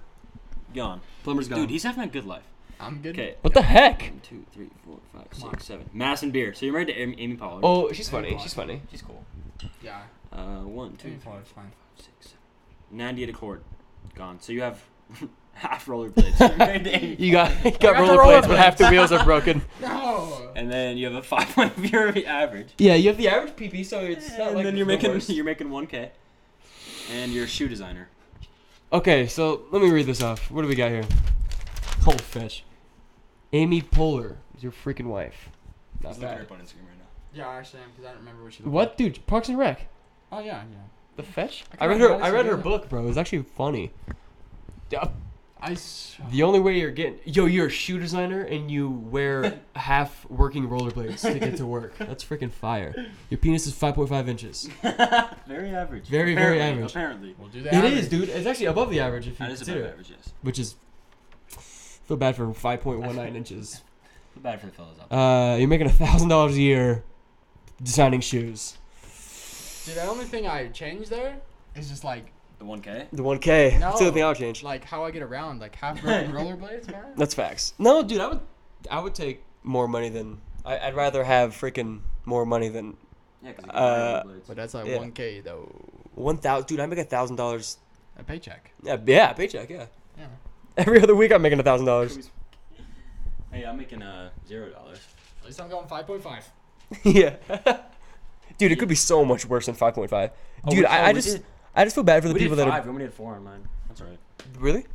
A: gone.
D: Plumber's
A: Dude, he's having a good life.
E: I'm good.
A: Okay.
D: what the heck?
A: One, two, three, four, five, six, seven. Mass and beer. So you're married to Amy, Amy Pollard.
D: Oh, she's funny. She's funny.
A: She's cool.
E: Yeah.
A: Uh, one, two,
E: Two
A: three,
E: four fine.
A: six, seven. 98 Accord. Gone. So you have [LAUGHS] half rollerblades. You're married to [LAUGHS] Amy.
D: You got [LAUGHS] you got rollerblades, but half the wheels are broken.
E: No.
A: And then you have a five point [LAUGHS] your average.
D: [LAUGHS] yeah, you have the average PP, so it's not
A: And
D: like
A: then you're
D: the
A: making [LAUGHS]
D: worst.
A: you're making one K. And you're a shoe designer.
D: Okay, so let me read this off. What do we got here? Whole fish. Amy Poehler is your freaking wife. Not
A: He's looking her
D: bad.
A: up on Instagram right now.
E: Yeah, actually, because I don't remember what she. looked
D: What, dude? Parks and Rec.
E: like. Oh yeah, yeah.
D: The fetch?
H: I
D: I read
H: kinda
D: her.
H: got
D: I read her
H: some-
D: book, bro. It's actually funny. Yeah,
H: I. s-
D: The only way you're getting yo, you're a shoe designer and you
A: [LAUGHS]
D: wear half working rollerblades to get to work. That's freaking fire. Your penis is 5.5 inches.
A: Very average.
D: Very, very
A: Apparently-
D: average.
A: Apparently.
I: We'll do
D: It is, dude. It's actually above the average if you
A: That is
D: consider
A: above
D: it.
A: average, yes.
D: Which is feel bad for 5.19 inches.
A: Feel bad for the fellas out there.
D: Uh, you're making a thousand dollars a year designing shoes.
E: Dude, the only thing I changed there is just like
A: The 1K?
D: The 1K. That's the
E: No.
D: only thing I would change.
E: like how I get around, like [LAUGHS] half broken rollerblades, man.
D: That's facts. No, dude, I would, I would take more money than I, I'd rather have freaking more money than
A: Yeah, because
D: Uh,
E: But that's like
D: Yeah.
E: 1K though,
D: one thousand. Dude, I make a thousand dollars.
E: a paycheck.
D: Yeah, yeah, paycheck. Yeah.
E: Yeah.
D: Every other week, I'm making a thousand [LAUGHS] dollars.
A: Hey, I'm making uh, zero dollars.
E: At least I'm going 5.5.
D: Yeah. dude, it could be so much worse than five point five. Dude,
A: we- oh,
D: I, I
A: we
D: just,
A: did-
D: I just feel bad for the
A: We did
D: people
A: five.
D: that are
A: We only did four on mine. That's all right.
D: really.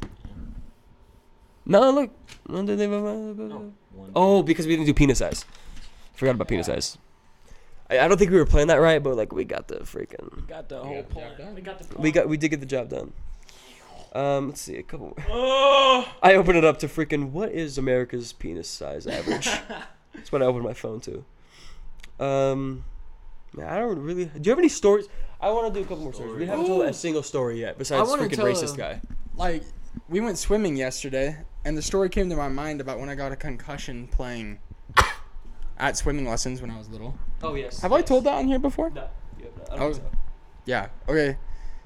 D: No, look. No, did they-
A: No. One.
D: Oh, because we didn't do penis size. Forgot about penis size. I, I don't think we were playing that right, but like we got the freaking
A: got the whole point. We got the point.
D: we got we did get the job done. Um, let's see a couple.
A: Oh!
D: [LAUGHS] I opened it up to freaking what is America's penis size average? That's what I opened my phone to. Um, man, I don't really. Do you have any stories? I want to do a couple more stories. We haven't told a single story yet besides
E: wanna
D: freaking
E: tell
D: racist
E: a-
D: guy.
E: Like we went swimming yesterday, and the story came to my mind about when I got a concussion playing at swimming lessons when I was little.
D: Oh yes.
E: Have I told that on here before?
D: No. you have not. I
E: I
D: don't
E: was-
D: think so.
E: Yeah. Okay.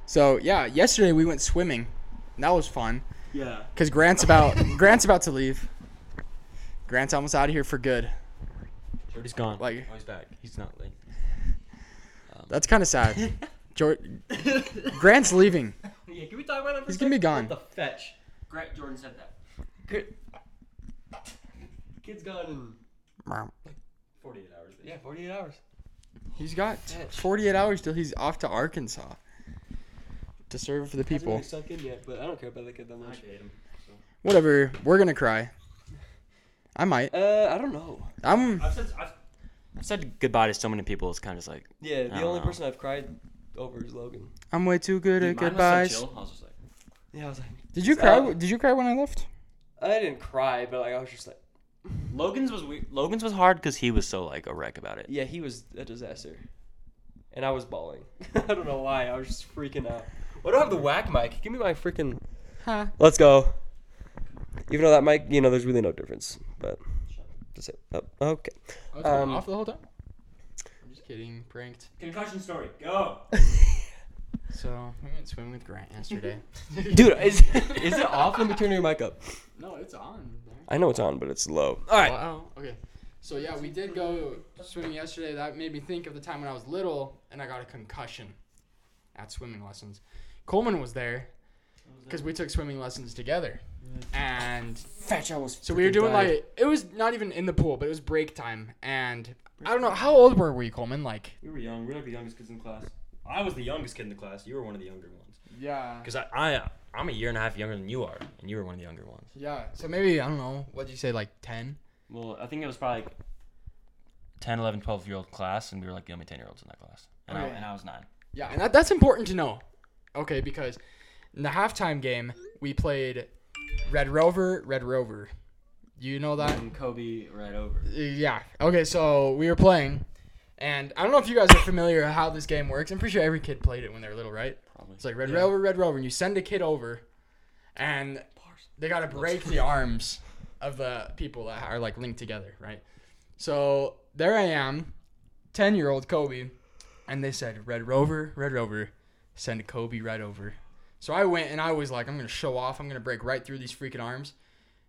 E: So yeah, yesterday we went swimming. and That was fun.
A: Yeah.
E: Cause Grant's about Grant's about to leave. Grant's almost out of here for good.
A: Jordy's gone.
E: Like-
A: oh, he's back. He's not like.
E: That's kind of sad. Jor- Grant's leaving.
D: Yeah, can we talk about that? For
E: He's
D: a
E: gonna be
D: sec?
E: gone.
D: What the fetch?
A: Grant Jordan said that.
D: Good. Kid's gone in
A: 48 hours. Basically.
D: yeah 48 hours.
E: He's got 48 hours till he's off to Arkansas to serve for the
D: Hasn't
E: people.
D: really sunk in yet, but I don't care about that kid that much.
A: hate him.
E: Whatever. We're gonna cry. I might.
D: Uh, I don't know.
E: I'm.
A: I've said, I've, I've said goodbye to so many people. It's kind of just like.
D: Yeah, the
A: don't
D: only
A: know.
D: person I've cried over is Logan.
E: I'm way too good at
A: Dude, mine Was
E: goodbyes.
A: so chill. I was just like,
D: Yeah, I was like,
E: Did you cry? Did you cry when I left?
D: I didn't cry, but like I was just like,
A: Logan's was weird. Logan's was hard because he was so like a wreck about it.
D: yeah, he was a disaster, and I was bawling. [LAUGHS] I don't know why. I was just freaking out. Why do I have the whack mic? Give me my freaking.
E: Huh.
D: Let's go. Even though that mic, you know, there's really no difference, but just it. Oh, okay.
E: I was
D: Um,
E: off the whole time. I'm just kidding. Pranked.
A: Concussion story. Go.
E: [LAUGHS] So we went swimming with Grant yesterday.
D: Dude, is [LAUGHS] is it off? Let me turn your mic up.
E: no, it's on. There.
D: I know it's on, but it's low. All right.
E: Wow. Okay. So yeah, we did go swimming yesterday. That made me think of the time when I was little and I got a concussion at swimming lessons. Coleman was there because we took swimming lessons together. And
D: Fetch, I was.
E: so we were doing like it was not even in the pool, but it was break time. And I don't know how old were we, Coleman? Like
A: We were young. We were like the youngest kids in the class. I was the youngest kid in the class. You were one of the younger ones.
E: yeah,
A: Because I, I, I'm a year and a half younger than you are, and you were one of the younger ones.
E: yeah. So maybe I don't know. What'd you say? Like ten?
A: Well, I think it was probably like 10, 11, 12 year old class, and we were like the only 10 year olds in that class. And, I,
E: Okay.
A: and I was nine.
E: Yeah, and that, that's important to know. Okay, because in the halftime game, we played Red Rover, Red Rover. You know that?
A: And Kobe right over.
E: Uh, Yeah. Okay, so we were playing, and I don't know if you guys are familiar how this game works. I'm pretty sure every kid played it when they were little, right?
A: Probably.
E: It's like Red Rover, Red Rover, and you send a kid over, and they gotta break the arms of the people that are like linked together, right? So there I am, ten year old Kobe, and they said Red Rover, Red Rover, send Kobe right over. So I went and I was like, I'm gonna show off. I'm gonna break right through these freaking arms,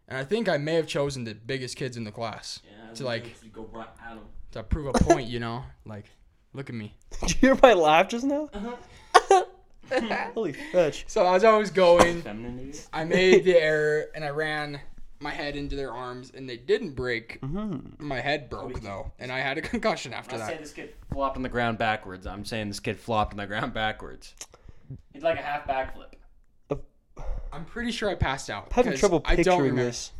E: and I think I may have chosen the biggest kids in the class to like
A: go right at him.
E: to prove a point, you know? Like, look at me.
D: [LAUGHS] Did you hear my laugh just now?
E: Uh-huh.
D: [LAUGHS] Holy fetch.
E: So as I was going,
A: Feminine dude.
E: I made the error and I ran my head into their arms and they didn't break.
D: Mm-hmm.
E: My head broke though, and I had a concussion after that.
A: this kid flopped on the ground backwards. I'm saying this kid flopped on the ground backwards. It's like a half backflip.
E: I'm pretty sure I passed out.
D: I'm having
E: 'cause
D: trouble
E: I don't
D: picturing
E: remember.
D: this.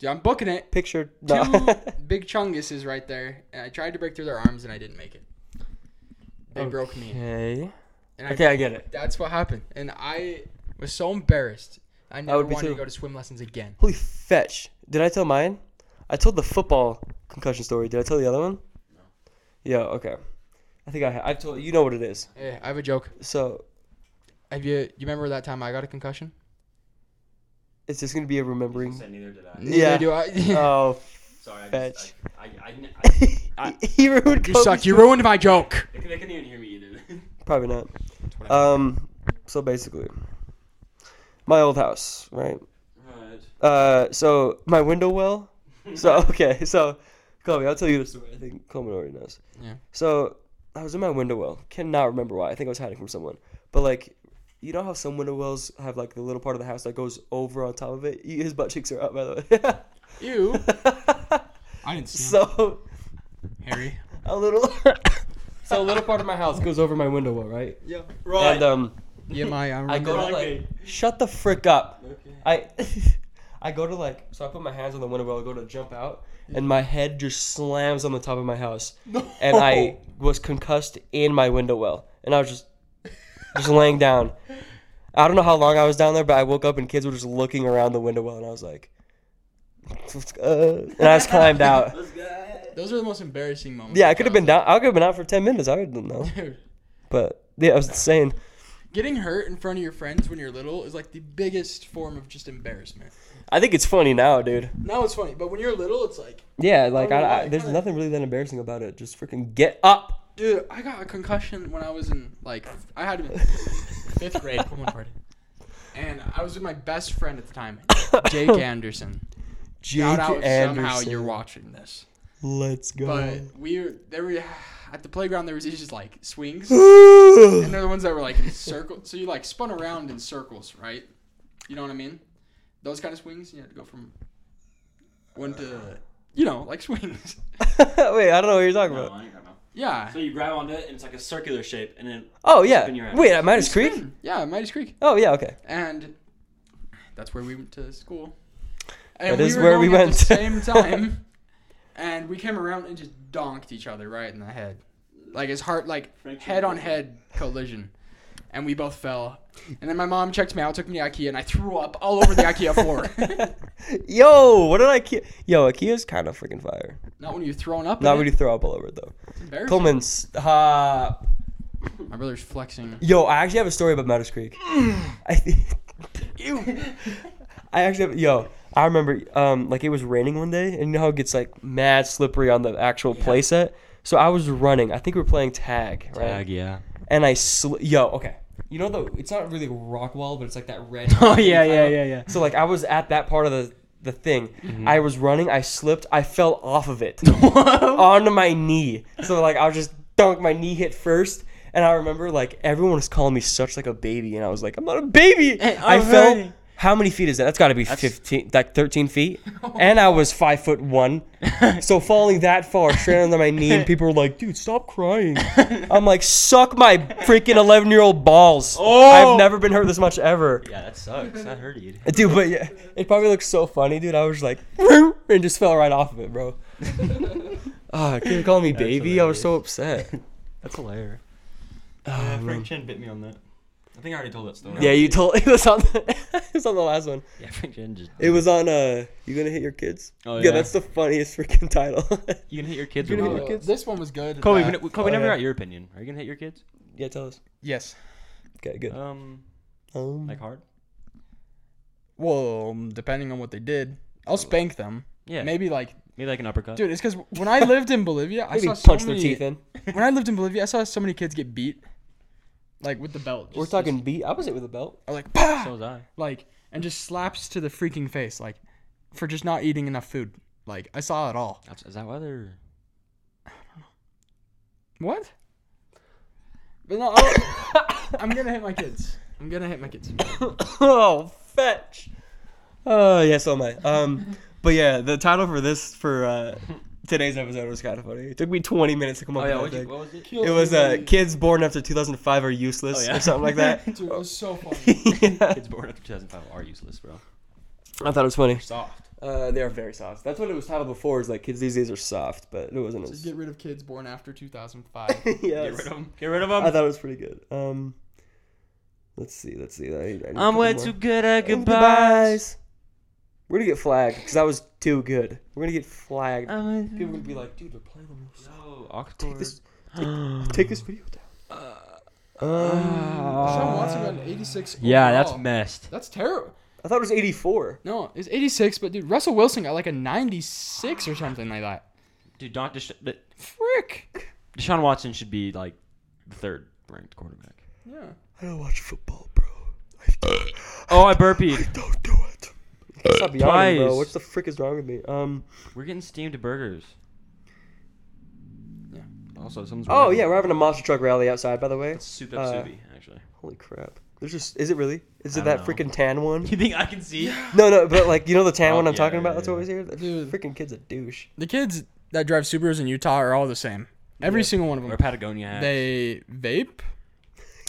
E: Dude, I'm booking it.
D: Picture.
E: Two [LAUGHS]
D: No. [LAUGHS]
E: big chungus is right there, and I tried to break through their arms and I didn't make it. They broke me.
D: Okay.
E: And
D: Oh, Okay, I get it.
E: That's what happened, and I was so embarrassed. I never
D: would be
E: wanted to
D: too.
E: go to swim lessons again.
D: Holy fetch. Did I tell mine? I told the football concussion story. Did I tell the other one? No. Yeah, okay. I think I ha- I've told you know what it is.
E: Hey, Eh, I have a joke.
D: So,
E: Have you you remember that time I got a concussion?
D: it's just going to be a remembering. [LAUGHS]
A: Said neither did I.
E: Neither
D: Yeah.
E: Do I?
D: Oh,
A: Sorry, I
D: fetch.
A: just, I, I, I, I,
D: [LAUGHS] he ruined
E: [LAUGHS] you
D: Kobe's
E: suck. You ruined my joke.
A: they, couldn't even hear me either. [LAUGHS]
D: Probably not. Um, so basically, my old house, right?
A: Right.
D: Uh, so my window well. So [LAUGHS] okay, so Kobe, I'll tell you the story. I think Coleman already knows.
E: Yeah.
D: So I was in my window well. Cannot remember why. I think I was hiding from someone. But like, you know how some window wells have like the little part of the house that goes over on top of it. He- His butt cheeks are out, by [LAUGHS] the
E: You.
D: way.
E: I didn't see
D: so
E: him, Harry.
D: a little. [COUGHS] so a little part of my house goes over my window well, right?
E: Yeah.
D: Right. And um.
E: Yeah, my. [LAUGHS] I,
D: I
E: remember.
D: go to like shut the frick up. I [LAUGHS] I go to like so I put my hands on the window well, I go to jump out and my head just slams on the top of my house. And I was concussed in my window well. And I was just just laying down. I don't know how long I was down there, but I woke up and kids were just looking around the window well and I was like uh, and I just climbed out.
E: Those are the most embarrassing moments.
D: Yeah, I could have been down I could have been out for ten minutes, I didn't know.
E: Dude,
D: But yeah, it was insane.
E: getting hurt in front of your friends when you're little is like the biggest form of just embarrassment.
D: I think it's funny now, dude.
E: Now it's funny, but when you're little, it's like,
D: Yeah, like
E: don't know
D: I,
E: why,
D: I,
E: it
D: there's
E: kinda-
D: nothing really that embarrassing about it. Just freaking get up. [LAUGHS]
E: dude, I got a concussion when I was in like I had to be in fifth grade. Come on, party. And I was with my best friend at
D: [LAUGHS]
E: the time, Jake Anderson.
D: Jake
E: Shout out somehow you're watching this.
D: Let's go.
E: But we were there were at the playground there was these just like swings. and they're the ones that were like in circle so you like spun around in circles, right? You know what I mean? Those kind of swings, you had to go from one to you know, like swings.
D: [LAUGHS]
E: [LAUGHS]
D: Wait, I don't know what you're talking about.
E: Yeah.
A: So you grab onto it, and it's like a circular shape, and then
D: Oh
A: in your
D: yeah.
A: ass.
D: Wait, at Midas Creek?
E: Yeah, Midas Creek.
D: Oh yeah, okay.
E: And that's where we went to school. And
D: That is where we
E: going at
D: went. [LAUGHS]
E: the same time. and we came around and just donked each other right in the head. Like his heart like head on head collision. And we both fell. And then my mom checked me out, took me to IKEA, and I threw up all over the IKEA
D: [LAUGHS]
E: floor. [LAUGHS]
D: Yo, what did IKEA? Yo, IKEA's kind of freaking fire.
E: Not when you're thrown up. in
D: Not
E: it.
D: really throw up all over it though.
E: It's embarrassing.
D: Coleman, stop.
E: My
D: [LAUGHS]
E: brother's flexing.
D: Yo, I actually have a story about Midas Creek.
I: Mm.
D: [LAUGHS] I think. I actually have, yo, I remember um like it was raining one day and you know how it gets like mad slippery on the actual playset. So I was running. I think we were playing tag, right?
I: Tag, yeah.
D: And I sli- yo, okay. You know though, it's not really a rock wall, but it's like that red.
I: [LAUGHS] Oh yeah, yeah, yeah, Mm-hmm. yeah.
D: So like I was at that part of the the thing. I was running, I slipped, I fell off
I: [LAUGHS]
D: of it [LAUGHS] onto my knee. So like I was just dunk, my knee hit first. And I remember like everyone was calling me such like a baby, and I was like, I'm not a baby. I fell.
I: alrighty.
D: How many feet is that? That's Oh got to be 15, like 13 [LAUGHS] feet. and I was five foot one, [LAUGHS] so falling that far straight onto my [LAUGHS] knee, and people were like, "Dude, stop crying." I'm like, "Suck my freaking 11 year old [LAUGHS] balls." I've never been hurt this much ever.
A: yeah, that sucks. That hurt
D: [LAUGHS]
A: you.
D: Dude, but yeah, it probably looks so funny, dude. I was like, [LAUGHS] and just fell right off of it, bro. Ah, keep calling me baby. I was so upset. [LAUGHS]
A: That's hilarious.
D: Ah,
A: Uh,
D: man.
A: Frank Chin bit me on that. I think I already told that story.
D: yeah, you told [LAUGHS] it was on. The, it was on the last one.
A: Yeah, Frank Chin just.
D: It was on. Uh, you gonna hit your kids?
A: Oh,
D: yeah,
A: yeah.
D: that's the funniest freaking title. [LAUGHS]
A: You gonna hit your kids?
D: You
A: or
D: gonna
A: what?
D: hit your kids?
E: This one was good.
A: Kobe,
E: Uh,
A: we, ne- Kobe
D: oh,
A: never
D: yeah.
A: got your opinion. Are you gonna hit your kids?
D: yeah, tell us.
E: yes.
D: Okay, good.
A: Um,
D: Um,
A: like hard.
E: Well, um, depending on what they did,
D: Uh,
E: I'll spank them.
A: Yeah.
E: Maybe like,
A: Maybe like an uppercut.
E: dude, it's because when I lived in Bolivia, I
D: [LAUGHS] maybe
E: saw
D: punch
E: so
D: their
E: many-
D: teeth in.
E: when I lived in Bolivia, I saw so many kids get beat, like with the belt.
D: We're
E: Just-
D: talking beat. I was it with a belt. [LAUGHS]
E: just- like bah,
A: So was I.
E: like and just slaps to the freaking face, like for just not eating enough food. Like I saw it all.
A: That's, is that why they're?
E: What? But no, I'll, [COUGHS] I'm gonna hit my kids. I'm gonna hit my kids.
D: oh, fetch. Oh, yeah, so am I. Um, but yeah, the title for this for uh, today's episode was kind of funny. It took me 20 minutes to come up
A: Oh yeah,
D: with
A: what'd
D: that
A: you-
D: thing.
A: what was it?
D: It was uh, kids born after 2005 are useless
A: Oh, yeah.
D: or something like
E: [LAUGHS]
D: that. [LAUGHS]
E: Dude, it was so funny.
A: [LAUGHS]
D: Yeah.
A: Kids born after 2005 are useless, bro.
D: I thought it was funny.
E: Soft.
D: Uh, they are very soft. That's what it was titled before. Is like kids these days are soft, but it wasn't. [LAUGHS]
E: Just
D: As... [LAUGHS]
E: get rid of kids born after 2005.
A: [LAUGHS]
D: yes.
A: Get rid of them. Get rid of them.
D: I thought it was pretty good. Um, Let's see. Let's see. I, I need a
A: I'm
D: couple
A: way
D: more.
A: too good at
D: Oh,
A: goodbyes.
D: We're gonna get flagged because I was too good. We're gonna get flagged.
E: Um,
A: I'm
D: People are gonna be like, dude, we're playing on your side. Take
I: Oxford.
D: this, take, [GASPS] take this video down. Uh,
E: Sean Watson got an 86.
I: Yeah, that's
E: overall.
I: messed.
E: that's terrible.
D: I thought it was 84.
E: No, it's 86, but dude, Russell Wilson got like a 96 or something like that.
A: Dude, not Desha- but
E: Frick.
A: Deshaun Watson should be like the third ranked quarterback.
E: Yeah.
D: I don't watch football, bro.
A: Oh, I
D: [LAUGHS]
A: burpeed.
D: Don't do it. Stop yawning, bro.
A: Twice.
D: What the frick is wrong with me? Um.
A: We're getting steamed burgers.
E: Yeah.
A: Also, someone's.
D: Oh yeah, we're having a monster truck rally outside, by the way.
A: Soup
D: Uh,
A: up Subi, actually. [LAUGHS]
D: Holy crap. There's just. Is it really? Is
A: I
D: it that
A: don't know.
D: freaking tan [LAUGHS] one?
A: You think I can see?
D: No, no, but like you know the tan
A: Oh,
D: one I'm
A: yeah,
D: talking
A: yeah,
D: about. That's
A: yeah.
D: always here. That
E: Dude.
D: freaking kid's a douche.
E: The kids that drive Subarus in Utah are all the same. Every single one of
A: Or
E: them.
A: Patagonia. hats. [LAUGHS]
E: They vape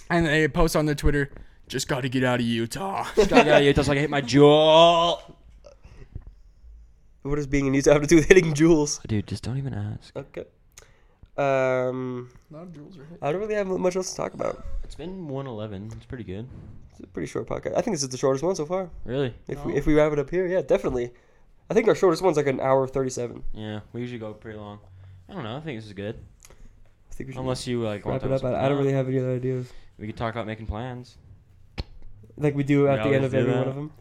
E: and they post on their Twitter, just got to get out of Utah. Just gotta-
A: yeah, yeah, that's like I hit my jaw.
D: What does being in Utah have to do with hitting jewels?
A: Dude, just don't even ask.
D: Okay. Um, I don't really have much else to talk about.
A: It's been 111. It's pretty good.
D: It's a pretty short podcast. I think this is the shortest one so far.
A: Really?
D: If we if we wrap it up here, yeah, definitely. I think our shortest one's like an hour thirty-seven.
A: Yeah, we usually go pretty long. I don't know. I think this is good.
D: I think we should
A: Unless you like want
D: wrap
A: to
D: it
A: tell
D: up.
A: us
D: I, I don't
A: something.
D: really have any other ideas.
A: We could talk about making plans.
D: Like we do at the
A: always
D: end of
A: do
D: every
A: that.
D: one of them.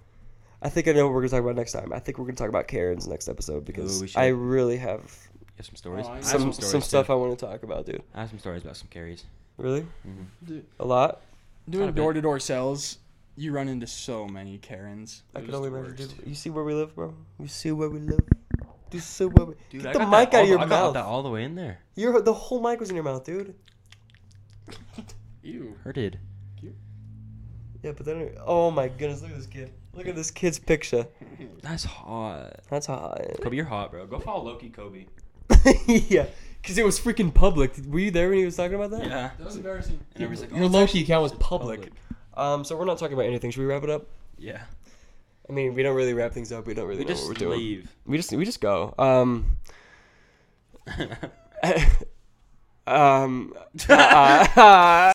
D: I think I know what we're gonna talk about next time. I think we're gonna talk about Karen's next episode because
A: we should.
D: I really have
A: You have some stories.
E: Oh, I
A: I have
D: some
A: stories,
D: some
A: too.
D: stuff I want to talk about, dude.
A: I have some stories about some carries.
D: Really?
A: Mm-hmm.
E: Dude.
D: A lot.
A: Not a
E: Doing
A: bit.
E: door to door sales, you run into so many Karens.
D: I
A: It
D: can
A: was
D: only
A: the
D: imagine.
A: worst,
D: Dude, you see where we live, bro? You see where we live? You see where we?
A: Dude,
D: Get
A: I
D: the
A: got
D: mic
A: that all
D: out
A: the-
D: of your
A: I got
D: mouth.
A: that all the way in there.
D: Your the whole mic was in your mouth, dude.
E: Ew.
A: Hurted.
D: Yeah, but then oh my goodness, look at this kid. Look at this kid's picture.
A: That's hot.
D: That's hot.
A: Kobe, you're hot, bro. Go follow Loki, Kobe.
D: [LAUGHS] yeah, because it was freaking public. Were you there when he was talking about that?
A: Yeah.
E: That was embarrassing.
A: And everybody's like,
D: Your
A: "Oh,
D: Loki account was public. Um, so we're not talking about anything. Should we wrap it up?
A: yeah.
D: I mean, we don't really wrap things up. We don't really
A: We
D: know
A: just
D: what we're doing.
A: leave.
D: We just we just go. Um. [LAUGHS]
A: [LAUGHS]
D: um. uh, uh,